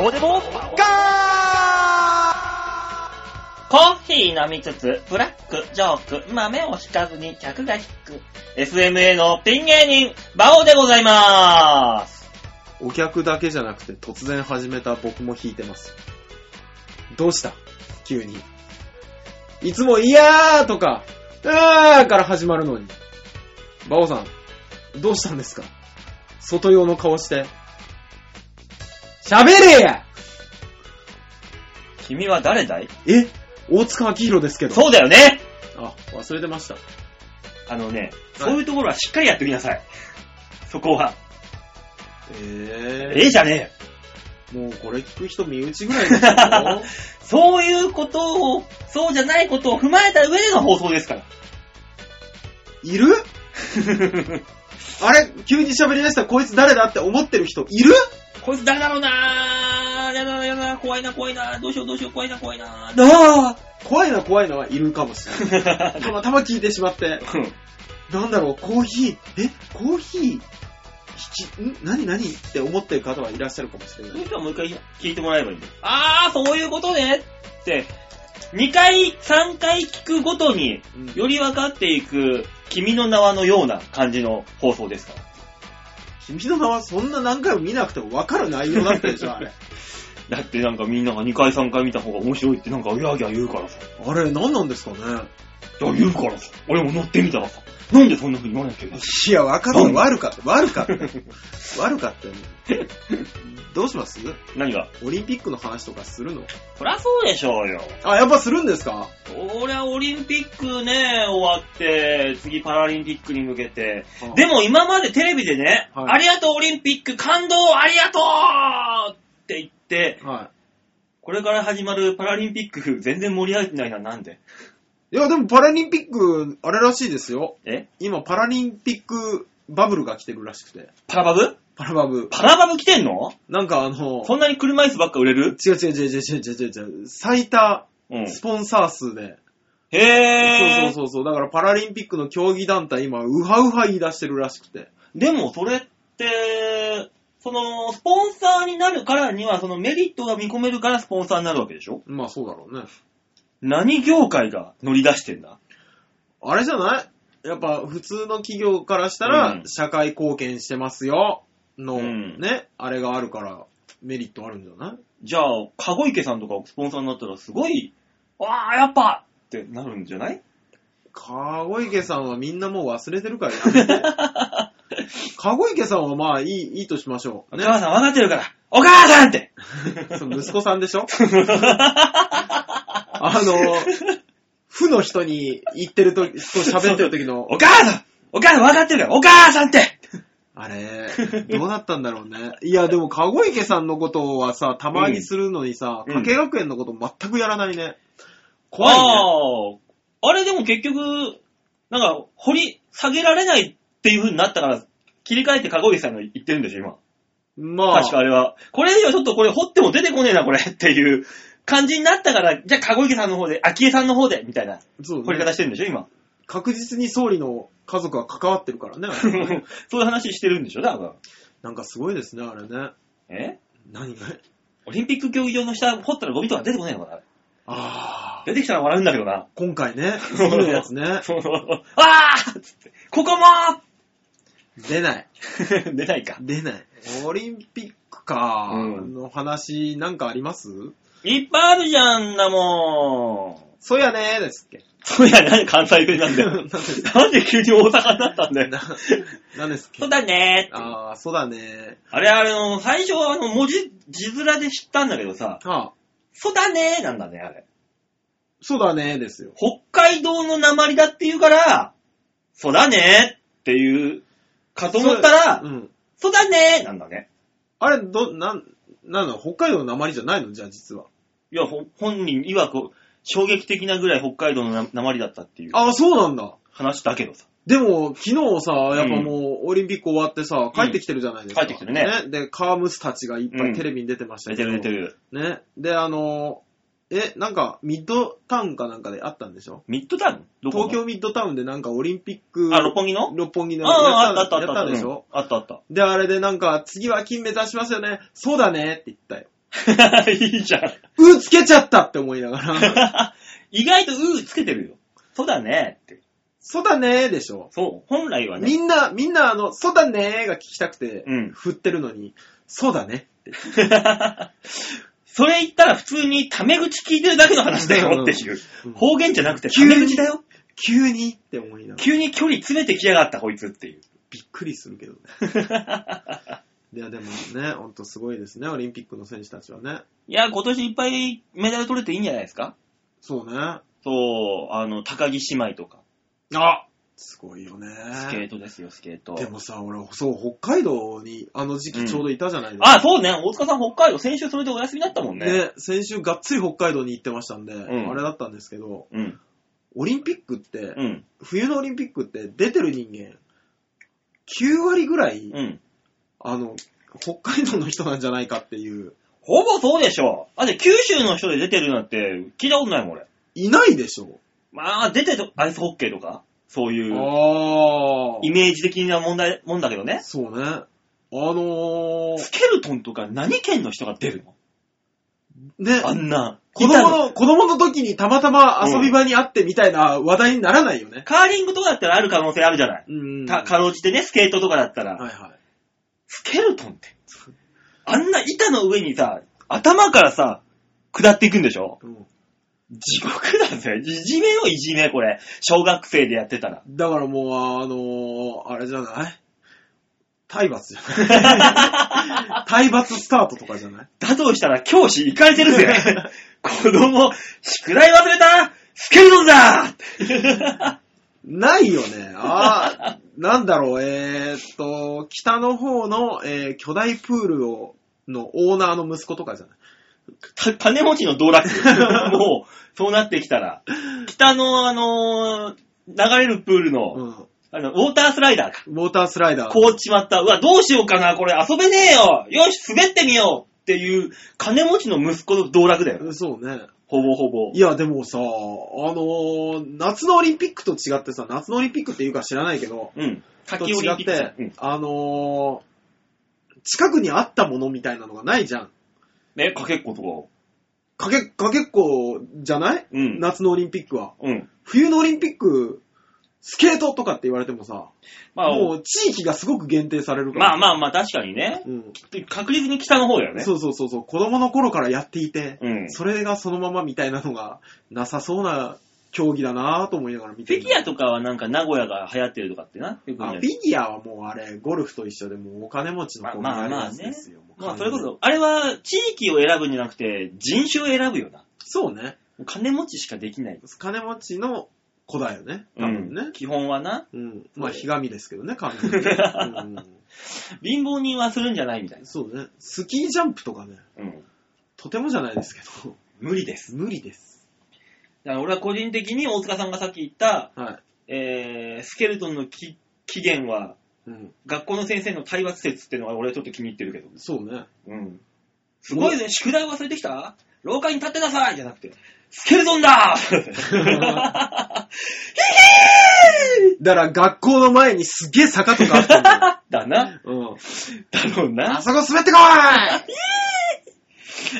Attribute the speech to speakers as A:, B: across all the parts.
A: オデボガーコーヒー飲みつつ、ブラック、ジョーク、豆を引かずに客が引く、SMA のピン芸人、バオでございまーす。
B: お客だけじゃなくて突然始めた僕も弾いてます。どうした急に。いつもいやーとか、あーから始まるのに。バオさん、どうしたんですか外用の顔して。喋れや
A: 君は誰だい
B: え大塚明宏ですけど。
A: そうだよね
B: あ、忘れてました。
A: あのね、
B: はい
A: そういうところはしっかりやってきなさい。そこは。え
B: え
A: えじゃねえよ。
B: ー、もうこれ聞く人身内ぐらい ですよ。
A: そういうことを、そうじゃないことを踏まえた上での放送ですから。
B: いるあれ急に喋り出したこいつ誰だって思ってる人いる
A: こいつ誰だろうなぁ。やだやだ、怖いな怖いな。どうしようどうしよう、怖いな怖い な。な
B: 怖いな怖いのはいるかもしれない。
A: ぁ。
B: たまたま聞いてしまって、なんだろう、コーヒー、え、コーヒー、引き、ん何何って思ってる方はいらっしゃるかもしれ
A: そ
B: な
A: うい
B: い。
A: う人はもう一回聞いてもらえばいいんだよ。あー、そういうことねって、2回、3回聞くごとに、
B: うん
A: より分かっていく、君の名はのような感じの放送ですから。
B: 君の名はそんな何回も見なくても分かる内容だったでしょ、あれ。
A: だってなんかみんなが2回3回見た方が面白いってなんかギャーギャー言うからさ。
B: あれ、何なんですかね。
A: いや、言うからさ。俺も乗ってみたらさ。なんでそんな風に言わなきゃいけない
B: いや、分かる、悪かった、悪かった。 悪かったよね。どうします
A: 何が
B: オリンピックの話とかするの
A: そりゃそうでしょうよ。
B: あ、やっぱするんですか
A: 俺はオリンピックね、終わって、次パラリンピックに向けて。でも今までテレビでね、
B: はい
A: ありがとうオリンピック感動ありがとうって言って、
B: も、は
A: これから始まるパラリンピック全然盛り上がってないな、なんで
B: い。いや、でもパラリンピック、あれらしいですよ。
A: え
B: 今、パラリンピックバブルが来てるらしくて。
A: パラバブ
B: パラバブ。
A: パラバブ来てんの
B: なんかあの、
A: そんなに車椅子ばっか売れる
B: 違う違う違う違う違う違う違う。最多
A: うん。
B: スポンサー数で。
A: へー。
B: そうそうそうそう。だからパラリンピックの競技団体今、ウハウハ言い出してるらしくて。
A: でもそれって、その、スポンサーになるからには、そのメリットが見込めるからスポンサーになるわけでしょ
B: まあそうだろうね。
A: 何業界が乗り出してんだ
B: あれじゃないやっぱ普通の企業からしたら
A: う、ん
B: 社会貢献してますよの、
A: うん
B: ね、あれがあるから、メリットあるんじゃない
A: じゃあ、籠池さんとかスポンサーになったらすごい、わー、やっぱってなるんじゃない
B: 籠池さんはみんなもう忘れてるからや めて。籠池さんはまあいい、いいとしましょう。
A: お母さん分かってるから、お母さんって
B: その息子さん でしょあの、負の人に言ってるとき、と喋ってる時の
A: お、母さんお母さん分かってるから、お母さんって
B: あれ、どうなったんだろうね。いや、でも、籠池さんのことはさ、たまにするのにさ、
A: うん
B: 加、計学園のこと全くやらないね。怖いね。
A: ああ、あれでも結局、なんか、掘り下げられないっていう風になったから、切り替えて籠池さんが言ってるんでしょ、今。
B: まあ
A: 確かあれは。これではちょっとこれ掘っても出てこねえな、これ っていう感じになったから、じゃあ、籠池さんの方で、昭恵さんの方で、みたいな
B: そう
A: 掘り
B: ね、
A: 方してるんでしょ、今。
B: 確実に総理の家族は関わってるからね。あれ
A: そういう話してるんでしょ、だから。
B: なんかすごいですね、あれね。
A: え
B: 何が
A: オリンピック競技場の下掘ったらゴミとか出てこねえのかな
B: ああ、
A: 出てきたら笑うんだけどな。
B: 今回ね、次のやつ ね、
A: そうそうあーっつって、ここも
B: 出ない。
A: ー 出ないか。
B: 出ない。オリンピックか、
A: うん
B: の話なんかあります
A: いっぱいあるじゃんなもん。
B: そうやねーですっけ。
A: そういや、なんで関西弁なん だよ。なんで急に大阪になったんだよ。
B: な、なんです
A: そ
B: っ け
A: う。だねーって。
B: あー、そうだね
A: あれ、あれの、最初はあの、文字、字面で知ったんだけどさ、
B: ー。はあ、
A: そうだねーなんだね、あれ。
B: そうだねーですよ。
A: 北海道の鉛だっていうから、そうだねーっていう、かと思ったら、
B: うん。
A: そうだねーなんだね。
B: あれ、ど、なん、なんだ、北海道の鉛じゃないのじゃあ実は。
A: いや、ほ本人曰く、衝撃的なぐらい北海道のな鉛だったっていう
B: あー、そうなんだ。
A: 話だけどさ。
B: でも、昨日さ、やっぱもう、オリンピック終わってさ、帰ってきてるじゃないですか。
A: 帰ってきてるね
B: で、カームスたちがいっぱ
A: うん
B: いテレビに出てました
A: 出
B: け
A: て
B: ど。
A: る出てる。
B: ね。で、あのー、え、なんか、ミッドタウンかなんかであったんでしょ
A: ミッドタウンどこの
B: 東京ミッドタウンでなんかオリンピック、
A: あ、六本木の
B: 六本木の
A: ああ、あった
B: や
A: あったあ
B: や
A: っ。
B: ったたでしょ、
A: うんあったあった。
B: で、あれでなんか、次は金目指しますよね。そうだねって言ったよ。
A: いいじゃん。
B: うーつけちゃったって思いなが ら、
A: 意外とうーつけてるよ。そうだねって。
B: そうだねーでしょ。
A: そう、本来はね。
B: みんな、みんなあの、そうだねーが聞きたくて
A: う、ん。
B: 振ってるのに、そうだね。
A: それ言ったら普通にタメ口聞いてるだけの話だよっていう。
B: うん
A: 方言じゃなくてタメ口だよ。
B: 急にって思 いながら、
A: 急に距離詰めてきやがったこいつっていう。
B: びっくりするけ どね。いや、でもね、ほんとすごいですね、オリンピックの選手たちはね。
A: いや、今年いっぱいメダル取れていいんじゃないですか
B: そうね。
A: そう、あの、高木姉妹とか。
B: あすごいよね。
A: スケートですよ、スケート。
B: でもさ、俺、そう、北海道にあの時期ちょうどいたじゃないですか。
A: あ、そうね。大塚さん北海道、先週それでお休みだったもんね。
B: ね、先週がっつり北海道に行ってましたんで、
A: ん
B: あれだったんですけど、
A: うん。
B: オリンピックって、
A: うん。
B: 冬のオリンピックって出てる人間、9割ぐらい、
A: うん。
B: あの、北海道の人なんじゃないかっていう、
A: ほぼそうでしょ。あ、で、九州の人で出てるなんて聞いたことないもん、俺。
B: いないでしょ。
A: まあ、出てる、アイスホッケーとか、そういう、
B: あ
A: イメージ的な問題、もんだけどね。
B: そうね。あの
A: ス
B: ー、
A: ケルトンとか何県の人が出るの
B: ね、
A: あんな。
B: 子
A: いた
B: 供の、子供の時にたまたま遊び場にあってみたいな話題にならないよね。
A: カーリングとかだったらある可能性あるじゃない。
B: うん。
A: た、かろうじてね、スケートとかだったら。
B: はいはい。
A: スケルトンって。あんな板の上にさ、頭からさ、下っていくんでしょ
B: うん
A: 地獄だぜ。いじめよ、いじめ、これ。小学生でやってたら。
B: だからもう、あのー、あれじゃない体罰じゃない体罰スタートとかじゃない
A: だとしたら教師行かれてる ぜ。子供、宿題忘れたスケルトン だ
B: ないよね。ああ、なんだろう、えー、っと、北の方の、えー巨大プールを、のオーナーの息子とかじゃない
A: た金持ちの道 楽。もう、そうなってきたら。北の、あのー流れるプールの、
B: うん。
A: あの、ウォータースライダーか。
B: ウォータースライダー。
A: 凍っちまった。うわ、どうしようかな、これ遊べねえよよし、滑ってみようっていう、金持ちの息子の道楽だよ。
B: そうね。
A: ほぼほぼ
B: い。や、でもさ、あのー夏のオリンピックと違ってさ、夏のオリンピックっていうか知らないけど、
A: うん。夏
B: と
A: 季オリ
B: 違
A: ン
B: っ
A: ピック
B: て、
A: うん。
B: あのー近くにあったものみたいなのがないじゃん。
A: ね、かけっことか。
B: かけ、かけっこじゃない
A: うん。
B: 夏のオリンピックは。
A: うん。
B: 冬のオリンピック、スケートとかって言われてもさ、
A: まあ、
B: もう地域がすごく限定されるから。
A: まあまあまあ、確かにね。
B: うん
A: 確実に北の方だよね。
B: そうそうそうそう、子供の頃からやっていて、
A: うん。
B: それがそのままみたいなのがなさそうな競技だなぁと思いながら見
A: フ
B: て
A: ィ
B: る
A: ギュアとかはなんか名古屋が流行ってるとかってな。よく
B: あ、フ
A: ね
B: ィギュアはもうあれ、ゴルフと一緒でもうお金持ちの子に
A: まあま
B: な
A: あ
B: る
A: ま
B: や
A: あ
B: つ
A: ね
B: ですよ。もう
A: まあ、
B: 完
A: そ
B: 全
A: れ
B: に
A: こそ、あれは地域を選ぶんじゃなくて、人種を選ぶよな。
B: そうね。
A: 金持ちしかできない。
B: 金持ちの子だよね。多分
A: うん
B: ね。
A: 基本はな。
B: うん。まあ、ひがみです けどね、完全に、う
A: 貧乏人はするんじゃないみたい
B: ん。
A: な。
B: そうね。スキージャンプとかね、
A: うん。
B: とてもじゃないですけど、
A: 無理です。
B: 無理です。
A: だから俺は個人的に大塚さんがさっき言った、
B: は
A: えー、スケルトンのき起源は、
B: い。うん。
A: 学校の先生の体罰説っていうのが俺はちょっと気に入ってるけど。
B: そうね。
A: うん。すごいね、宿題忘れてきた廊下に立ってなさいじゃなくて、スケルトンだ
B: だから、学校の前にすげえ坂とかあったんだ
A: だ な。
B: よ。うん。
A: だろう
B: あ
A: な。
B: そこ滑ってこ い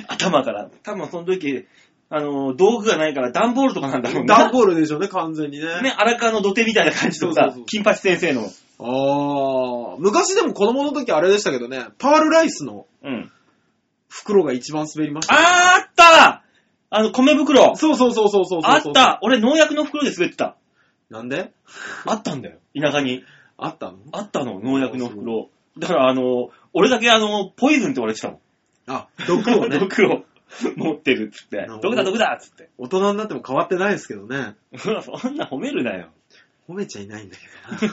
A: 頭から。多分その時、あの、道具がないから段ボールとかなんだろうな。
B: ダンボールでしょうね、完全にね。
A: ね、荒川の土手みたいな感じと
B: そう
A: さ
B: そうそう、
A: 金八先生の。
B: ああ、昔でも子供の時あれでしたけどね、パールライスの
A: うん。
B: 袋が一番滑りました。
A: あーあったあの、米袋。
B: そうそうそうそうそうそう。
A: あった俺農薬の袋で滑ってた。
B: なんで
A: あったんだよ。田舎に。
B: あったの
A: あったの、農薬の袋。だから、あの、俺だけ、あの、ポイズンって言われてたもん。
B: あ、毒を ね、
A: 毒を持ってるっつって
B: るほ。ど
A: 毒だ、毒だっつって。
B: 大人になっても変わってないですけどね。
A: うわそんな褒めるなよ。
B: 褒めちゃいないんだけ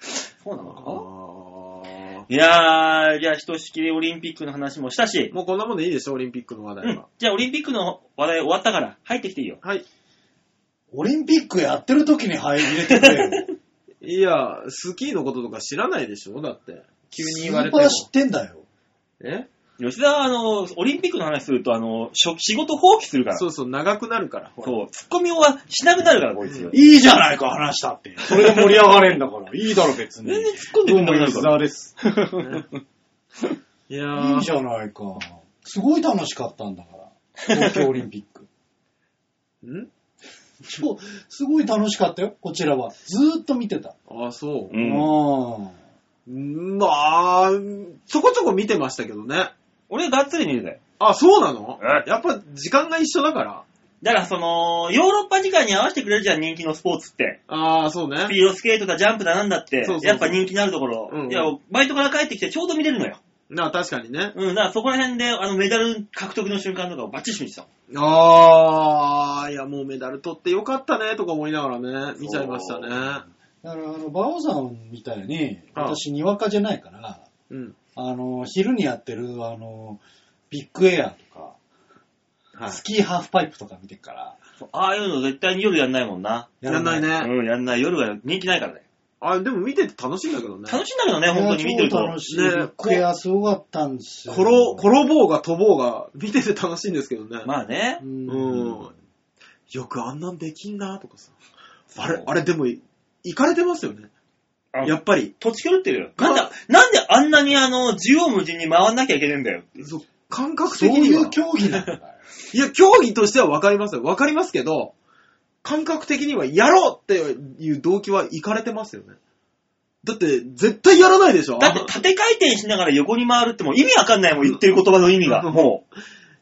A: そうな
B: どな。
A: のか
B: あ
A: いやー、じゃあ、ひとしきりオリンピックの話もしたし
B: ー、もうこんなもんでいいでしょ、オリンピックの話
A: う
B: 題
A: ん
B: は。。
A: じゃあ、オリンピックの話題終わったから、入ってきていいよ。
B: はい。
C: オリンピックやってる時に入れてくれよ。
B: いや、スキーのこととか知らないでしょだって。 急に言われて
C: スー
B: も
C: パー。知ってんだよ。
B: え
A: 吉田は、あの、オリンピックの話すると、あの、し仕事放棄するから。
B: そ
A: そう
B: そう、長くなるから。ほら
A: う。ツッコミはしなくなるから、こいつ。
C: いいじゃないか、話し たって。それで盛り上がれんだから。いいだろ、別に。
A: 全然突っ込んで
C: ど
A: く
C: うん
A: な
C: も
A: くなる
C: 吉
A: から。。
C: 沢です。
B: いや
C: いい
B: ー
C: じゃないか。すごい楽しかったんだから。東京オリンピッ ク。
B: ん
C: そうすごい楽しかったよ、こちらは。ずーっと見てた。
B: ああ、そう
C: うんん。
B: ん。まあ、ちょこちょこ見てましたけどね。
A: 俺がっつり見るぜ。
B: あ、そうなの
A: え
B: やっぱ時間が一緒だから。
A: だからその、ヨーロッパ時間に合わせてくれるじゃん、人気のスポーツって。
B: ああ、そう
A: ス
B: ね。
A: ピードスケートだ、ジャンプだなんだって、
B: そうそうそう
A: やっぱ人気のあるところ、
B: うんうん
A: いや、バイトから帰ってきてちょうど見れるのよ。
B: なあ、確かにね。
A: うん、だからそこら辺で、あの、メダル獲得の瞬間とかをバッチリ見てたもん。
B: ああ、いや、もうメダル取ってよかったね、とか思いながらね、見ちゃいましたね。
C: だから、あの、馬王さんみたいに、
B: ああ
C: 私、にわかじゃないから、
B: うん。
C: あの、昼にやってる、あの、ビッグエアとか、
B: はい。
C: スキーハーフパイプとか見てるから、
A: そうああいうの絶対に夜やんないもんな。
B: やんない。ね。
A: うん、やんない。夜は人気ないからね。
B: あ、でも見てて楽しいんだけどね。
A: 楽しいんだけどね、本当に見てると。
C: いや超楽しい。ビ
B: ね
C: ッグエアすごかったんですよ。
B: 転、転ぼうが飛ぼうが、見てて楽しいんですけどね。
A: まあね
C: う。。
B: うんん。よくあんなんできんな、とかさ。あ
A: そ
B: れ
A: う、
B: あれでも、い行かれてますよね。
A: あ
B: やっぱり。
A: 土地狂ってるよ。なんだ、なんであんなにあの、縦横無尽に回んなきゃいけねえんだよ。
B: そう感覚
C: そう
B: 的に
C: い
B: は
C: う。競技なんだよ。
B: いや、競技としては分かりますよ。分かりますけど、感覚的にはやろうっていう動機はいかれてますよね。だって、絶対やらないでしょ
A: だって縦回転しながら横に回るってもう意味わかんないもん、言ってる言葉の意味が。
B: うん
A: もう。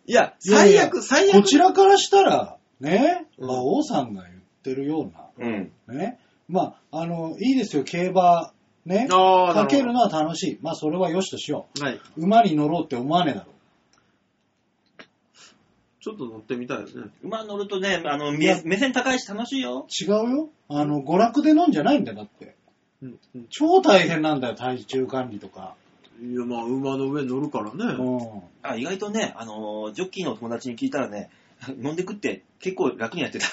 B: いや、
C: いやい
B: 最
C: や
B: 悪、最
C: こ
B: 悪。
C: ちらからしたら、ね、
B: うん
C: 馬王さんが言ってるよう
A: うん。
C: な、ね、まあ、あの、いいですよ、競馬、ね、
B: あ
C: かけるのは楽しい。まあ、それは良しとしよ
B: はい。
C: う。馬に乗ろうって思わねえだろ。
B: ちょっと乗ってみたいですね。
A: 馬乗るとね、あの、
C: いや
A: 目目線高いし楽しいよ。
C: 違うよ。あの、娯楽で飲んじゃないんだよ、だって。
B: うん。うん
C: 超大変なんだよ、体重管理とか。
B: いや、まあ、馬の上に乗るから
C: う
B: ね。
C: ん。
A: あ意外とね、あのー、ジョッキーの友達に聞いたらね、 飲んで食って結構楽にやってた。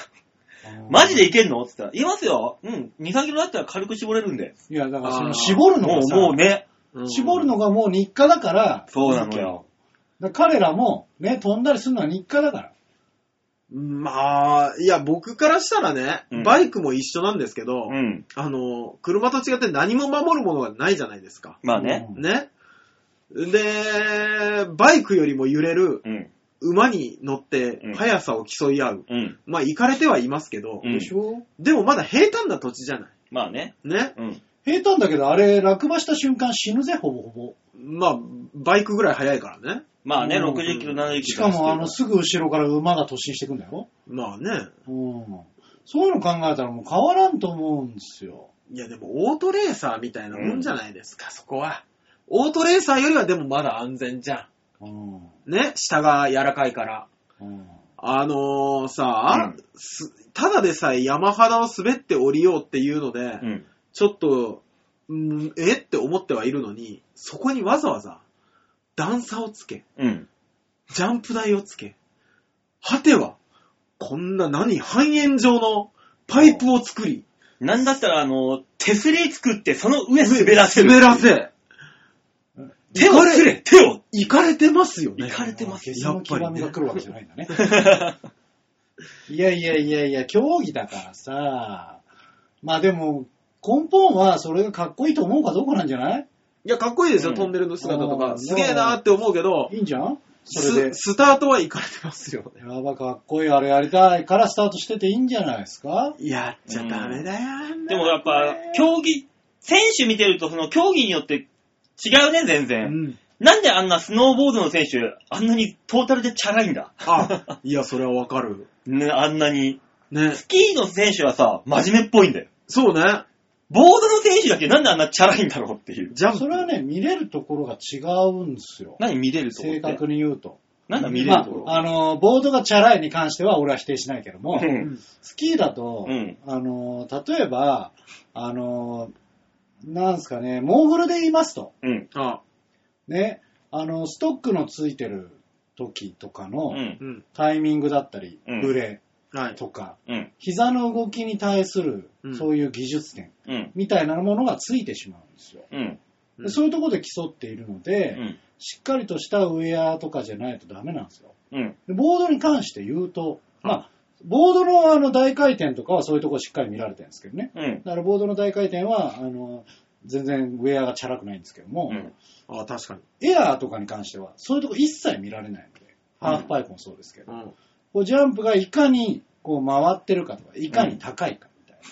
A: マジでいけんのって言ったら、言いますよ。うん。2、3キロだったら軽く絞れるんで。
C: いや、だからそ
B: あー
C: の絞るの
A: も
C: が
A: う、
C: さ、
A: もうね。
B: うん
C: 絞るのがもう日課だから、
A: そうなのよ。
C: だから彼らもね、飛んだりするのは日課だから。
B: まあ、いや、僕からしたらね
A: うん、
B: バイクも一緒なんですけど、
A: うん。
B: あの、車と違って何も守るものがないじゃないですか。
A: まあね。
C: うん
B: ね。で、バイクよりも揺れる
A: うん。
B: 馬に乗っ
A: う
B: て
A: ん
B: 速さを競い合う。
A: うん。
B: まあ、行かれてはいますけど、
A: うん
C: でしょ
B: でもまだ平坦な土地じゃない。
A: まあね。
B: ね。
A: うん。
C: 平坦だけど、あれ、落馬した瞬間死ぬぜ、ほぼほぼ。
B: まあ、バイクぐらい速いからね。
A: まあね、
C: うん
A: 60キロ、70キロ。
C: しかも、あの、すぐ後ろから馬が突進してくんだよ。
B: まあね。
C: うん。そういうの考えたらもう変わらんと思うんですよ。
B: いや、でもオートレーサーみたいなもんじゃないですか、そこは。オートレーサーよりはでもまだ安全じゃ
C: うん。
B: ん。ね。下が柔らかいから。
C: うん。
B: あのーさ、
A: う
B: すただでさえ山肌を滑って降りようっていうので、
A: うん。
B: ちょっと、うん、えって思ってはいるのに、そこにわざわざ段差をつけ、
A: うん。
B: ジャンプ台をつけ、果ては、こんな何、半円状のパイプを作り、
A: なんだったら、あの、手すり作って、その上滑らせる。
B: 滑ら。せ、
A: 手をすれ、手を。
B: 行かれてますよね
A: 行。かれてます
C: ゲ
A: よ。
C: スの極み
B: や
C: が
B: っぱりね
C: 来るわけじゃないんだね。 いやいやいやいや、競技だからさ。まあでも、根本はそれがかっこいいと思うかどうかなんじゃない
B: いや、かっこいいですよ、
A: うん
B: トンネルの姿と
C: あ
B: か。
C: ー
B: すげえなーって思うけど、
C: いいんじゃんそれ
B: ス
C: で。
B: スタートは行かれてますよね。
C: やばかっこいい、あれやりたいからスタートしてていいんじゃないですか
B: やっちゃダメだよ、あんな
A: でもやっぱ、競技、選手見てると、その競技によって違うね、全
B: う
A: 然。
B: ん。
A: なんであんなスノーボードの選手、あんなにトータルでチャラいんだ。
B: あ、いや、それはわかる。
A: ね、あんなに。
B: ね。
A: スキーの選手はさ、真面目っぽいんだよ。
B: そうね。
A: ボードの選手だけなんであんなチャラいんだろうっていう。
B: ジャンプ。
C: それはね、見れるところが違うんですよ。
A: 何見れるとこって。
C: 正確に言うと。
A: なんだ見れ
C: ま
A: る
C: あ
A: ところ。、
C: あの、ボードがチャラいに関しては俺は否定しないけども
A: う、。
B: うんん。
C: スキーだと、
A: うん
C: あの、例えば、あの、なんすかね、モーグルで言いますと、
A: うん。
B: あ、
C: ね、あの、ストックのついてる時とか
A: う
C: の
A: ん。
B: うん。
C: タイミングだったり、
A: うん
C: ブレ
B: はい。
C: とか、
A: うん。
C: 膝の動きに対する
B: うん、
C: そういう技術点
A: うん。
C: みたいなものがついてしまうんですよ。
A: うん。
B: う
C: で
B: ん
C: そういうところで競っているの
A: う
C: で、
A: ん。
C: しっかりとしたウェアとかじゃないとダメなんですよ。
A: うん。
C: でボードに関して言うと、まあ、ボードのあの大回転とかはそういうところしっかり見られてるんですけどね。
A: うん。
C: だからボードの大回転は、あの、全然ウェアがチャラくないんですけども、
A: うん。
B: ああ、確かに。
C: エアーとかに関しては、そういうとこ一切見られないので、ハーフパイプもそうですけど、
B: うん。
C: こうジャンプがいかにこう回ってるかとか、いかに高いかみたいな、っ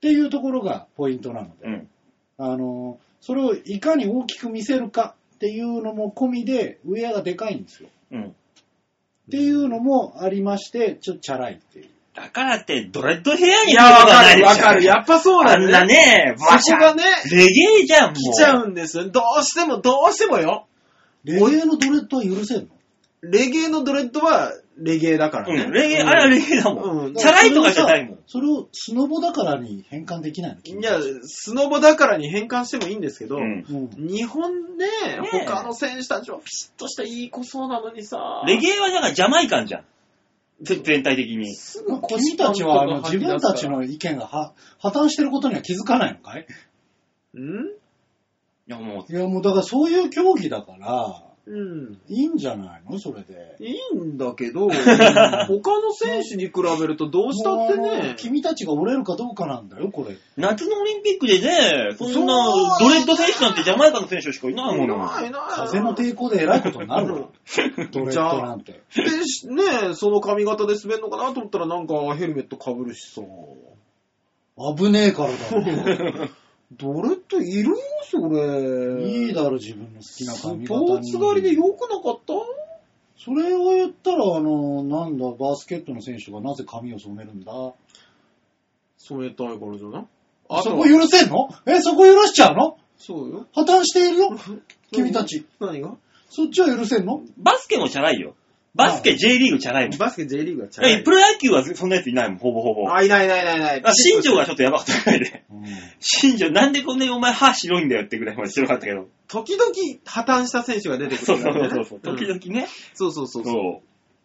C: ていうところがポイントなので、
A: うん。
C: あの、それをいかに大きく見せるかっていうのも込みで、ウェアがでかいんですよ。
A: うん。
C: っていうのもありまして、ちょっとチャラいっていう。
A: だからって、ドレッドヘアに
B: い
A: す
B: や、
A: るこ
B: わ
A: とは
B: か
A: ない
B: る、
A: でしょ
B: わかる。やっぱそう
A: あ
B: なんん
A: な
B: だね。
A: ね、
B: そこがね、
A: レゲエじゃん、もう。
B: 来ちゃうんですよ。どうしても、どうしてもよ。
C: レゲエのドレッドは許せるの
B: レゲエのドレッドは、レゲエだからね。
A: うん、レゲエ、あれはレゲエだもん。
B: うん
A: チャラいとかじゃないもん。
C: それをスノボだからに変換できないの君
B: いや、スノボだからに変換してもいいんですけど、
A: うん
C: うん
B: 日本ね、
A: え
B: 他の選手たちはピシッとしたいい子そうなのにさ。
A: レゲエはなんかジャマイカンじゃん。ぜ全体的に。
B: す
C: まあ
B: ぐ
C: こっちたちはあの
B: キ
C: 自
B: ーパー
C: 分
B: のとこが
C: た
B: 吐き出す
C: ち
B: から
C: の意見がは破綻してることには気づかないのかい
B: うん
A: いや、もう、
C: いやもうだからそういう競技だから、
B: うん。
C: いいんじゃないのそれで。
B: いいんだ けど、他の選手に比べるとどうしたって
C: もうあの
B: ね。
C: 君たちが折れるかどうかなんだよ、これ。
A: 夏のオリンピックでね、そんな
B: そう、
A: ドレッド選手なんてジャマイカの選手しかいないも
B: い
A: の。
B: ないない。
C: 風の抵抗で偉いことになるわ。 ドレッドなんて。
B: でしねその髪型で滑るのかなと思ったらなんかヘルメット被るしさ。
C: 危ねえからだろ。
B: どれっているそれ。
C: いい
B: だ。
C: だろ、自分の好きな
B: スポ
C: 髪型に。
B: ーツ狩りで良くなかった
C: それを言ったら、あの、なんだ、バスケットの選手がなぜ髪を染めるんだ
B: 染めたいからじゃないあ
C: そ
B: と
C: こ
B: は、
C: 許せんのえ、そこ許しちゃうの
B: そうよ。
C: 破綻しているよ君たち。
B: 何が
C: そっちは許せんの
A: バスケもチャラいよ。バスケ J リーグチャラいもん。
B: バスケ J リーグがチャラ
A: え、
B: い
A: プ。ロ野球はそんなやついないもん、ほぼほぼ。あ、
B: あ、いないいないいないいない。
A: 新庄がちょっとやばかったぐらいで。
C: うん
A: 新庄、なんでこんなにお前歯白いんだよってぐらいまで白かったけど。
B: 時々破綻した選手が出てく
A: そう
B: る
A: んそう
B: だよね、
A: そうそう。 時々ね。
B: そうそうそうそう。
A: そう。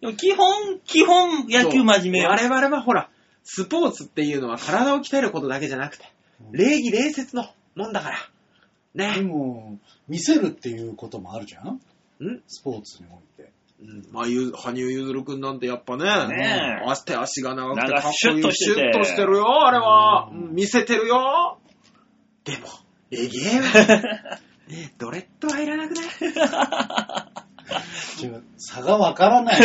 A: でも基本、基本野球真面目。
B: 我々はほら、スポーツっていうのは体を鍛えることだけじゃなくて、礼儀礼節のもんだから。
C: で
B: ね。
C: も、見せるっていうこともあるじゃん
B: ん
C: スポーツにおいて。
B: うん、まあ、ゆ羽生結弦くんなんてやっぱね、
A: ねえ
B: 足手足が長くて
A: 長
B: か
A: く
B: っ
A: シ
B: こ
A: ュ
B: い
A: ッ
B: い
A: として
B: シ
A: て
B: ュッとしてるよ、あれは。
C: うん
B: うん見せてるよ。でも、レゲエ は、ね、ドレッドはいらなくない
C: 違う差がわから ない。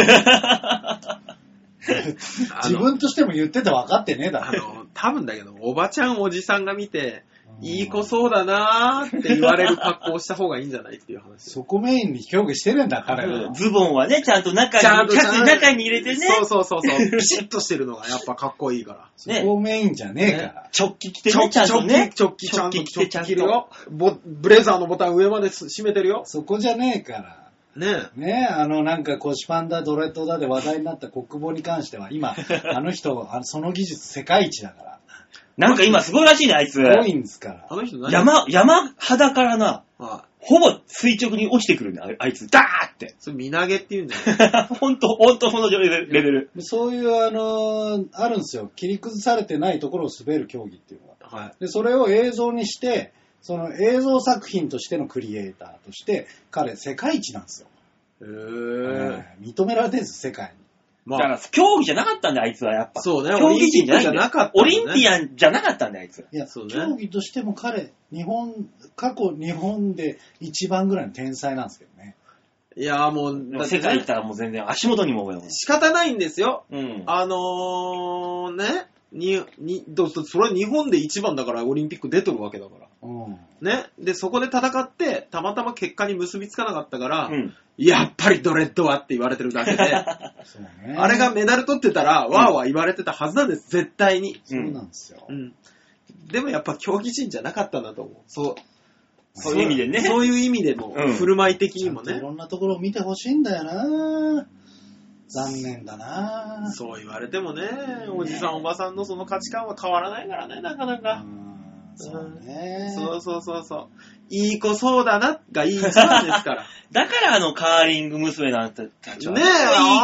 C: 自分としても言ってて分かってねえだ
B: あ
C: ろ。
B: の、多分だけど、おばちゃん、おじさんが見て、
C: うん
B: いい子そうだなーって言われる格好をした方がいいんじゃないっていう話。
C: そこメインに競技してねえんだ、彼らは。
A: ズボンはね、ちゃんと中に、
B: ち
A: シ
B: ゃ
A: ャ
B: んとちゃん
A: ツ
B: と
A: 中に入れてね、
B: そうそうそうそう。ピシッとしてるのがやっぱかっこいいから。
C: そこメインじゃねえから。
A: 直帰着てね、ちゃんとね。
B: チョッキちゃんと
A: 直帰着てちゃん
B: 着る
A: と。
B: よ。ぼブレザーのボタン上まで締めてるよ。
C: そこじゃねえから。
B: ね
C: ねえ、あの、なんか腰パンだ、ドレッドだで話題になった国防に関しては、今、あの人、あのその技術世界一だか
A: なんか今すごいらしいね、あいつ。
C: ら。多いんですから
B: あ。の人何
A: 山、山肌からな、
B: は
A: ほぼ垂直に落ちてくるんだ、ああいつ。ダーって
B: い。。それ、身投げって言うんだよ。
A: ほんと、ほんとそのレベルレベル。
C: そういう、あのーあるんですよ。切り崩されてないところを滑る競技っていうのは。
B: はい。
C: で、それを映像にして、その映像作品としてのクリエイターとして、彼、世界一なんですよ。
B: え
C: ええ認められてるんです、世界に。
B: ま
A: だか
B: あ、
A: ら、競技じゃなかったんだよ、あいつはやっぱ。
B: そうね
A: 競技人じゃないん
B: オリンピックじゃ
A: だよ
B: なかったん
A: オ
B: だ
A: リ
B: よね
A: ンピアンじゃなかったんだよ、あいつ。
C: いや、
B: そうね
C: 競技としても彼、日本、過去日本で一番ぐらいの天才なんですけどね。
B: いやーもう、
A: でも
B: だって
A: 世
B: ね
A: 界行ったらもう全然足元にも及ばない。
B: 仕方ないんですよ。
A: うん。
B: あのー、ね。に、に、どそれは日本で一番だからオリンピック出とるわけだから。
C: うん。
B: ね。で、そこで戦って、たまたま結果に結びつかなかったから、
A: うん。
B: やっぱりドレッドはって言われてるだけで、
C: そうね。
B: あれがメダル取ってたら、わーわー言われてたはずなんです、絶対に。
C: そうなんですよ。
B: うん。でもやっぱ競技人じゃなかったんだと思う。そう。
A: そういう意味でね
B: そういう意味でも
A: うん、
B: 振る舞い的
C: ち
B: に
C: ゃん
B: も
C: とい
B: ね。
C: ろんなところを見てほしいんだよな残念だな
B: そう言われてもね、おじさんおばさんのその価値観は変わらないからね、なかな
C: う
B: か。
C: んそうね。
B: そうそうそうそう。いい子そうだな、がいい一番ですから。
A: だからあのカーリング娘。なんてたちは。
B: ねえ、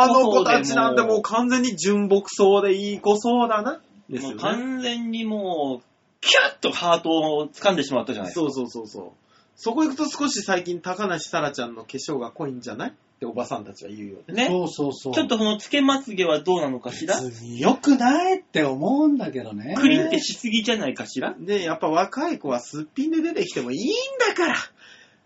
B: あの子たちなんてもう完全に純朴そうでいい子そうだな、です
A: もう
B: よね。
A: 完全にもう、キュッとハートを掴んでしまったじゃないですか。
B: そうそうそうそう。そこ行くと少し最近高梨沙羅ちゃんの化粧が濃いんじゃないっておばさんたちは言うよ
A: ね。
B: ね。
C: そうそうそう。
A: ちょっとこのつけまつげはどうなのかしら
C: 別に良くないって思うんだけどね。
A: クリンってしすぎじゃないかしら
B: ねやっぱ若い子はすっぴんで出てきてもいいんだから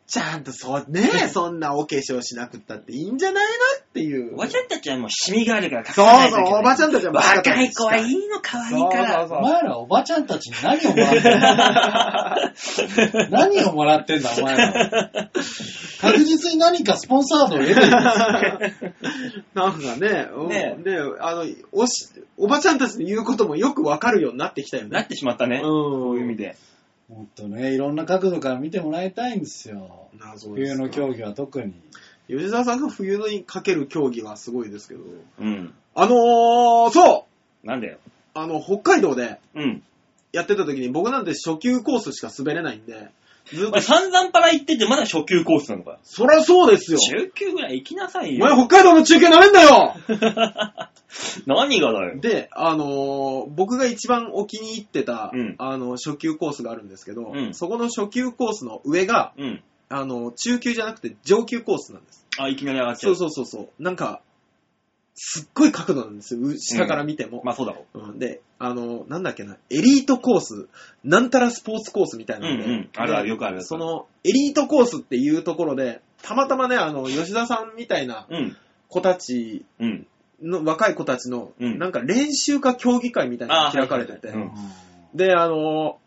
B: ちゃんとそう、ね そんなお化粧しなくったっていいんじゃないのっていう。
A: おばちゃんたちはもうシミがあるから隠
B: そ
A: さ
B: う
A: ないといけない
B: そう、おばちゃんたちは
A: 若い子はいいの、可愛いから。
B: そう
C: お前らおばちゃんたちに何をもらってんだ何をもらってんだお前ら。確実に何かスポンサードを得てる。
B: なんかね、うん
A: ね
B: で、あの、おし、おばちゃんたちの言うこともよくわかるようになってきたよ
A: な
B: ね。
A: ってしまったね。こう
B: う
A: いう意味
B: ん。
A: で。
C: もっとね、いろんな角度から見てもらいたいんですよ。
B: 謎で
C: 冬
B: す
C: の競技は特に。
B: 吉沢さんが冬にかける競技はすごいですけど。
A: うん。
B: あのー、そう
A: なんだよ。
B: あの、北海道で
A: うん。
B: やってた時に僕なんて初級コースしか滑れないんで、
A: お
B: ずっと
A: 前、散々パラ行っててまだ初級コースなのか。
B: そりゃそうです よ。
A: 中級ぐらい行きなさい
B: お前
A: よ。
B: 北海道の中継なめんだよ
A: 何がだよ。
B: で、あのー僕が一番お気に入ってた、
A: うん
B: あの、初級コースがあるんですけど、
A: うん
B: そこの初級コースの上が、
A: うん。
B: あの、中級じゃなくて上級コースなんです。
A: あ、いきなり上がっちゃ。
B: そううそうそうそう。なんか、すっごい角度なんですよ。う下から見ても。
A: まあそうだろ
B: うんで、あの、なんだっけな、エリートコース、なんたらスポーツコースみたいなので、
A: うんうんあるある
B: で
A: よくある
B: その、エリートコースっていうところで、たまたまね、あの、吉田さんみたいな
A: う。うん。
B: 子たち
A: うん。
B: の若い子たちの、
A: うん
B: なんか練習か競技会みたいなのが開かれてて、
A: あーはいはいはいうん
B: で、あの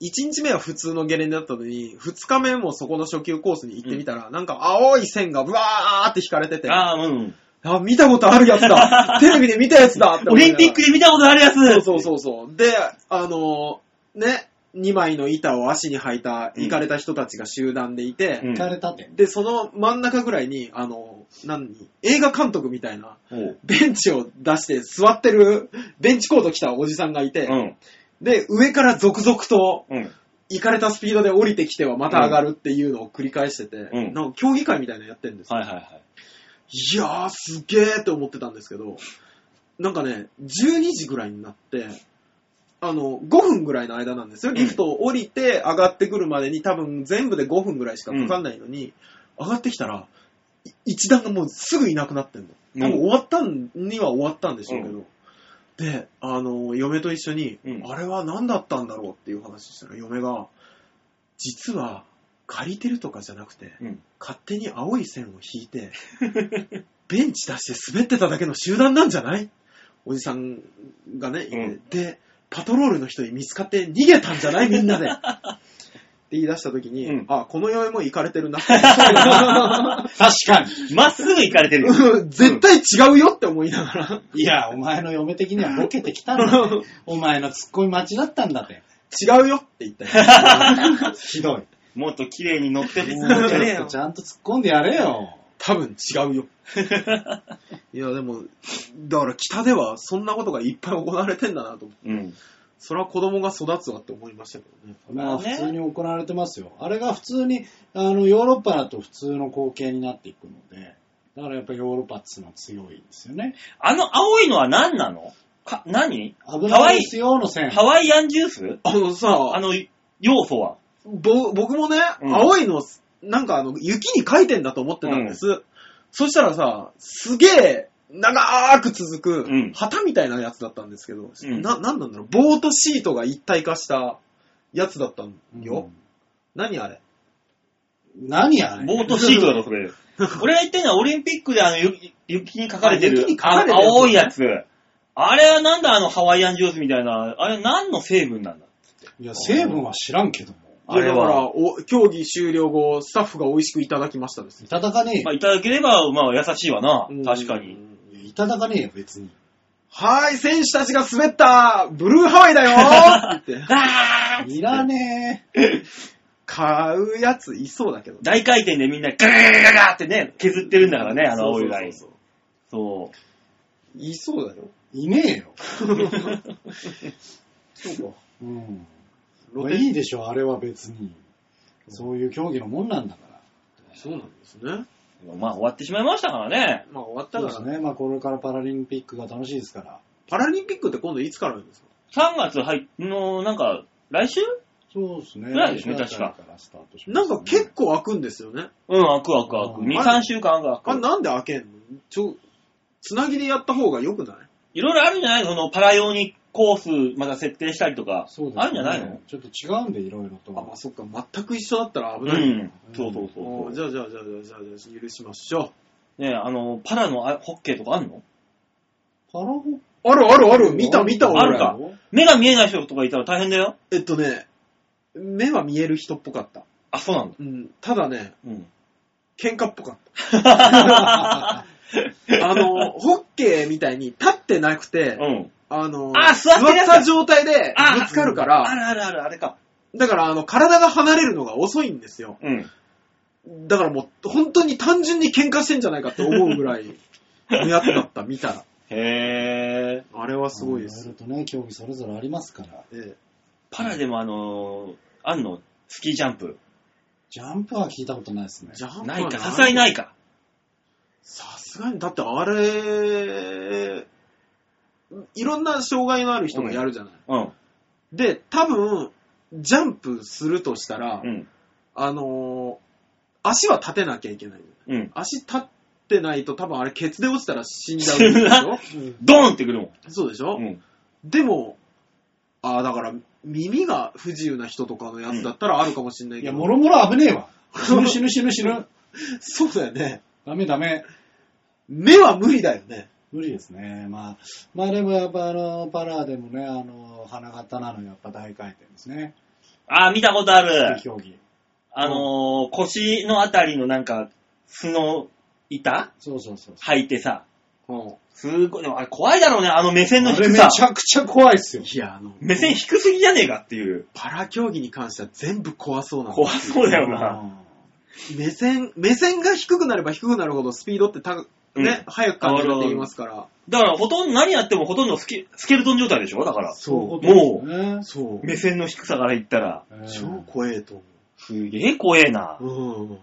B: ー、1日目は普通のゲレンデだったのに、2日目もそこの初級コースに行ってみたら、なんか青い線がブワーって引かれてて、あ
A: ああ、うん。
B: 見たことあるやつ だテレビで見たやつだって
A: オ
B: 思いなが
A: リ
B: ら
A: ンピックで見たことあるやつ
B: そうそうそうそう。で、あのー、ね、2枚の板を足に履いた、
A: うん
B: 行かれた人たちが集団でいて、
A: うん
C: 行かれたって。
B: で、その真ん中ぐらいに、あのー、何、映画監督みたいな、
A: おう。
B: ベンチを出して座ってる、ベンチコート着たおじさんがいて、
A: うん。
B: で、上から続々と、
A: うん。
B: 行かれたスピードで降りてきてはまた上がるっていうのを繰り返してて、
A: うん
B: なんか競技会みたいなのやってるんですよ、
A: はいはいはい。
B: いやー、すげーって思ってたんですけど、なんかね、12時ぐらいになって、あの、5分ぐらいの間なんですよ。
A: うん
B: リフトを降りて上がってくるまでに多分全部で5分ぐらいしかかかんないのに、上がってきたら、い一段がもうすぐいなくなってんの。多分終わったんには終わったんでしょうけど。で、あの、嫁と一緒に、
A: うん
B: あれは何だったんだろうっていう話したら、嫁が、実は、借りてるとかじゃなくて、
A: うん
B: 勝手に青い線を引いて、 ベンチ出して滑ってただけの集団なんじゃないおじさんがね、いて
A: うん
B: で、パトロールの人に見つかって逃げたんじゃないみ んなで。って言い出した時に、
A: うん
B: あ、この嫁も行かれてるな。
C: 確かに。
A: まっすぐ行かれてるよ。
B: うん絶対違うよって思いながら。
C: いや、お前の嫁的にはボケてきたんだって。お前のツッコミ待ちだったんだって。
B: 違うよって言ったよ。
C: ひどい。
A: もっと綺麗に乗ってる
C: も
A: も
C: う
A: う
C: ち
A: じゃねえ
C: ょっと
A: よ。
C: ちゃんと突っ込んでやれよ。
B: 多分違うよ。いや、でも、だから北ではそんなことがいっぱい行われてんだなと思って。
A: うん。
B: それは子供が育つわって思いましたけどね。
C: まあ
A: まあね
C: 普通に行われてますよ。あれが普通に、あの、ヨーロッパだと普通の光景になっていくので、だからやっぱヨーロッパっつうのは強いですよね。
A: あの青いのは何なのか、何
C: 危ないですよの線。
A: ハワイアンジュース
B: あの
A: あ
B: さ、
A: の、要素は。
B: ぼ僕もね、
A: うん
B: 青いの、なんかあの、雪に書いてんだと思ってたんです。そしたらさ、すげえ、長ーく続く
A: うん、
B: 旗みたいなやつだったんですけど、
A: うん
B: な、なんなんだろう、棒とシートが一体化したやつだったんよ。何あれ
C: 何あれ
A: ボートシートだろ、それ。 俺が言ってるのはオリンピックであの雪雪に書かれて
B: あ
A: る
B: 雪に書
A: あ
B: かれてるやつ
A: 青いやつ。あれはなんだあのハワイアンジュースみたいな、あれ何の成分なんだ
C: いや、成分は知らんけども。
A: あれ
B: いやだから
A: は。
B: お、競技終了後、スタッフが美味しくいただきましたです。
C: いただかねえ
A: ま
C: よ
A: あ、。いただければ、まあ、優しいわな
B: うん。
A: 確かに。。
C: いやいただかねえよ、別に。
B: はーい、選手たちが滑ったブルーハワイだよーって言っ て
A: あー
C: いらねえ。
B: 買うやついそうだけど。
A: 大回転でみんなガガガガガガーってね、削ってるんだからね、あの青いライン。
B: そうそう
A: そう。
B: そういそうだよ。
C: いねえよ。
B: そうか。
C: うん。
B: 露
C: まあ
B: 天
C: いいでしょ、あれは別に。そういう競技のもんなんだから。
B: そうなんですね。
A: まあ、終わってしまいましたからね。
B: まあ終わっ
C: そ
B: た
C: う
B: か
C: です
B: ら、
C: ね。まあこれからパラリンピックが楽しいですから。
B: パラリンピックって今度いつからなんですか
A: 3月入っの、なんか、来週
C: そうですね。
A: ぐらいですね確か
C: からスタートしま
B: な
C: し
B: ん
C: たね
B: か結構開くんですよね。
A: うん、開く開く開く。
C: うん
A: 2、3週間が
B: あ
A: 開
B: れ
A: く。
B: なんで開けんのちょ、つなぎでやった方が良くない
A: いろいろあるんじゃないのそのパラ用にコースまた設定したりとか。
C: そうです、
A: あるんじゃないの
C: ちょっと違うんで、いろいろと。
B: あ、まあそっか、全く一緒だったら危
A: う
B: ない。
A: ん。そうそう
B: お
A: そ
B: ー
A: う
B: じ
A: そ
B: ゃあじゃあじゃあじゃあじゃあ許しましょ
A: う。ねえあの、パラのあホッケーとかあるの
C: パラゴ
B: う。あるあるある見た見た
A: あるか。
B: 俺
A: 目が見えない人とかいたら大変だよ。
B: えっとね、目は見える人っぽかった。
A: あ、そうなんだ。
B: うん。ただね、
A: うん。
B: 喧嘩っぽかった。あの、ホッケーみたいに立ってなくて、
A: うん。
B: あの、
A: あ座ってるやつ
B: った状態でぶつかるか
A: あ
B: ら、
A: るあるある、あれか。
B: だからあの、体が離れるのが遅いんですよ。
A: うん。
B: だからもう、本当に単純に喧嘩してんじゃないかって思うぐ らい、やつだった、見たら。
A: へー。
B: あれはすごいです
C: いろ。いろとね、競技それぞれありますから。
B: ええ
A: パラでもあのー、あんのスキージャンプ。
C: ジャンプは聞いたことないですね。
B: ジャンプは
A: ないか、さすがにないか。
B: さすがに、だってあれ、いろんな障害のある人がやるじゃない。
A: うん。
B: で、多分、ジャンプするとしたら、
A: うん。
B: あのー足は立てなきゃいけない。
A: うん。
B: 足立ってないと多分あれ、ケツで落ちたら死んじゃうんでしょ
A: ドーンってくるもん。
B: そうでしょ、
A: うん。
B: でも、ああ、だから、耳が不自由な人とかのやつだったらあるかもしれない
C: い
B: け
C: や、
B: ど。
C: もろもろ危ねえわ。死ぬ死ぬ死ぬ死ぬ。
B: そうだよね。
C: ダメダメ。
B: 目は無理だよね。
C: 無理ですね。まあ、まあでもやっぱあの、パラでもね、あの、花形なのやっぱ大回転ですね。
A: あー、見たことある。
C: 競技。
A: あのー、腰のあたりのなんか、素の板
C: そうそうそう。
A: 履いてさ、
B: うん。
A: すごい、でもあれ怖いだろうね、あの目線の
C: あ
A: 低
C: れめ
A: さ。
C: ちゃくちゃ怖いっすよ。
B: いや、あの、
A: 目線低すぎじゃねえかっていう。
B: パラ競技に関しては全部怖そうなの
A: 怖そうだよな。
C: あ
B: 目線、目線が低くなれば低くなるほどスピードってた、ね、
A: うん
B: 速く感じるって言いますから。
A: だから、ほとんど、何やってもほとんどスケスケルトン状態でしょだから。
C: そう
A: いうこと
C: うね。
B: そう。
A: 目線の低さから言ったら。
B: 超怖えと
A: すげえ怖えな。
B: 思う。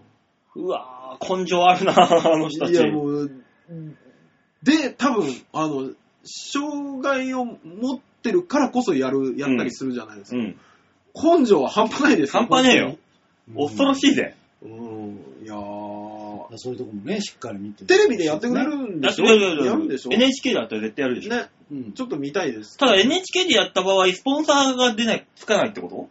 A: うわぁ、根性あるな、あの人た
B: う
A: ち。
B: ん。いや、もう、で、多分、あの、障害を持ってるからこそやる、やったりするじゃないです
A: う
B: か。
A: ん。
B: 根性は半端ないですよ。
A: 半端ねえよ。恐ろ
C: い。
A: しいぜ。
B: うん。いやー
C: そういうとこもね、しっかり見て。
B: テレビでやってくれるん
A: だっ
B: でしてょ
A: やるやる
B: やるんでしょね、
A: NHK だったら絶対やるでしょ。
C: うん。
B: ちょっと見たいです。
A: ただ NHK でやった場合、スポンサーが出ない、つかないってこと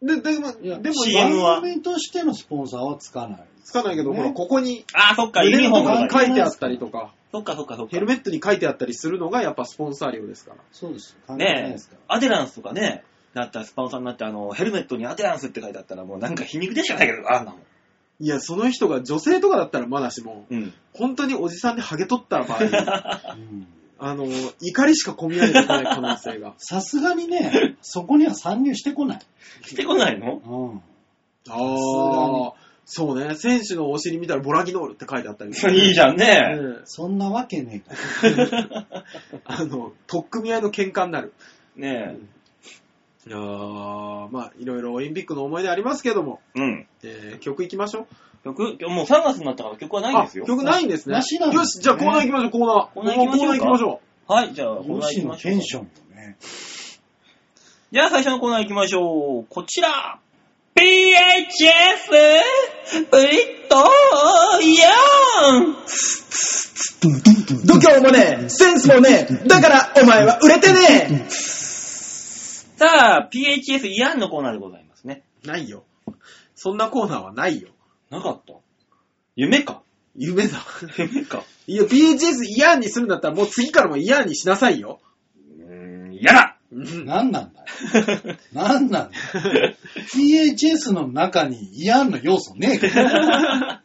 B: で、でも、
C: いや
B: でも、
A: CM は
C: 番組としてのスポンサーはつかない。
B: つかないけど、
C: ね
B: ほら、ここに、
A: ああ、そっか、ユ
B: 胸
A: ニフォー
B: の
A: ムと
B: とこ
A: かね。
B: に書いてあったりとか、
A: そっかそっかそっ
B: ヘル
A: か。
B: メットに書いてあったりするのが、やっぱスポンサー料ですから。
C: そうですよ。関係ない
A: ね
C: で
A: え
C: すから。、
A: アデランスとかね、だったらスポンサーになって、あの、ヘルメットにアデランスって書いてあったら、もうなんか皮肉でしかないけど、あんなもん。
B: いや、その人が女性とかだったらまだしも、
A: うん。
B: 本当におじさんでハゲ取った場合、
C: うん。
B: あの、怒りしか込み上げてこない可能 性が
C: さすがにね、そこには参入してこない。
A: してこない の
C: うん。
B: ああ、そうね。選手のお尻見たらボラギノールって書いてあったり。
A: いいじゃんね。
B: うん
C: そんなわけねえから。
B: あの、取っ組み合いの喧嘩になる。
A: ね
B: いやーまあ、いろいろオリンピックの思い出ありますけども、
A: え。うん。
B: えー曲いきましょう。
A: 曲、今日もう3月になったから曲はないんですよ
B: あ。曲ないんですね。
C: なしなんですね
B: よし、じゃあコーナー行きましょう、コーナー。
A: コーナー行きましょうか
B: コーナー行きましょ
A: はい、じゃあ、コーナー行
C: 吉
A: き
C: 野
A: ましょう
C: テ
A: か
C: ン。ションもね。
A: じゃあ最初のコーナー行きましょう。こちら !PHS! ブリッドヤン
B: う。度胸もねえ、センスもねえ、だからお前は売れてね
A: さあ、PHS イヤンのコーナーでございますね。
B: えないよ。そんなコーナーはないよ。
A: なかった夢か
B: 夢だ。
A: 夢か
B: いや、PHS イヤーにするんだったらもう次からもイヤーにしなさいよ。
A: うーん、やだ
B: うん
C: 何なんだよ。何なんだよ。PHS の中に嫌な要素ねえから。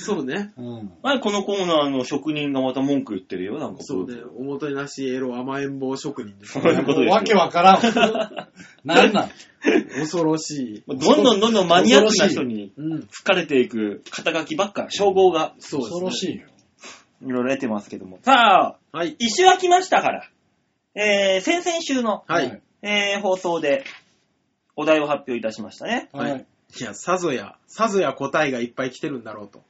B: そうね。
C: うん。
A: 前このコーナーの職人がまた文句言ってるよ、なんか。
B: そうね。おもてなしエロ甘えん坊職人です
A: そ。ういうことですよ
C: もわけわからん。何なん
B: 恐ろしい。
A: どんどんどんどんマニアックな人に
B: うん。
A: 疲れていく肩書きばっか、称号が
B: そうです、ね。
C: 恐ろしいよ。
A: いろいろ得てますけども。さあ、
B: はい。
A: 一周空きましたから。えー、先々週の
B: はい。
A: えー、放送でお題を発表いたしましたね。
C: はい。
B: はいいや、さぞや、さぞや答えがいっぱい来てるんだろうと。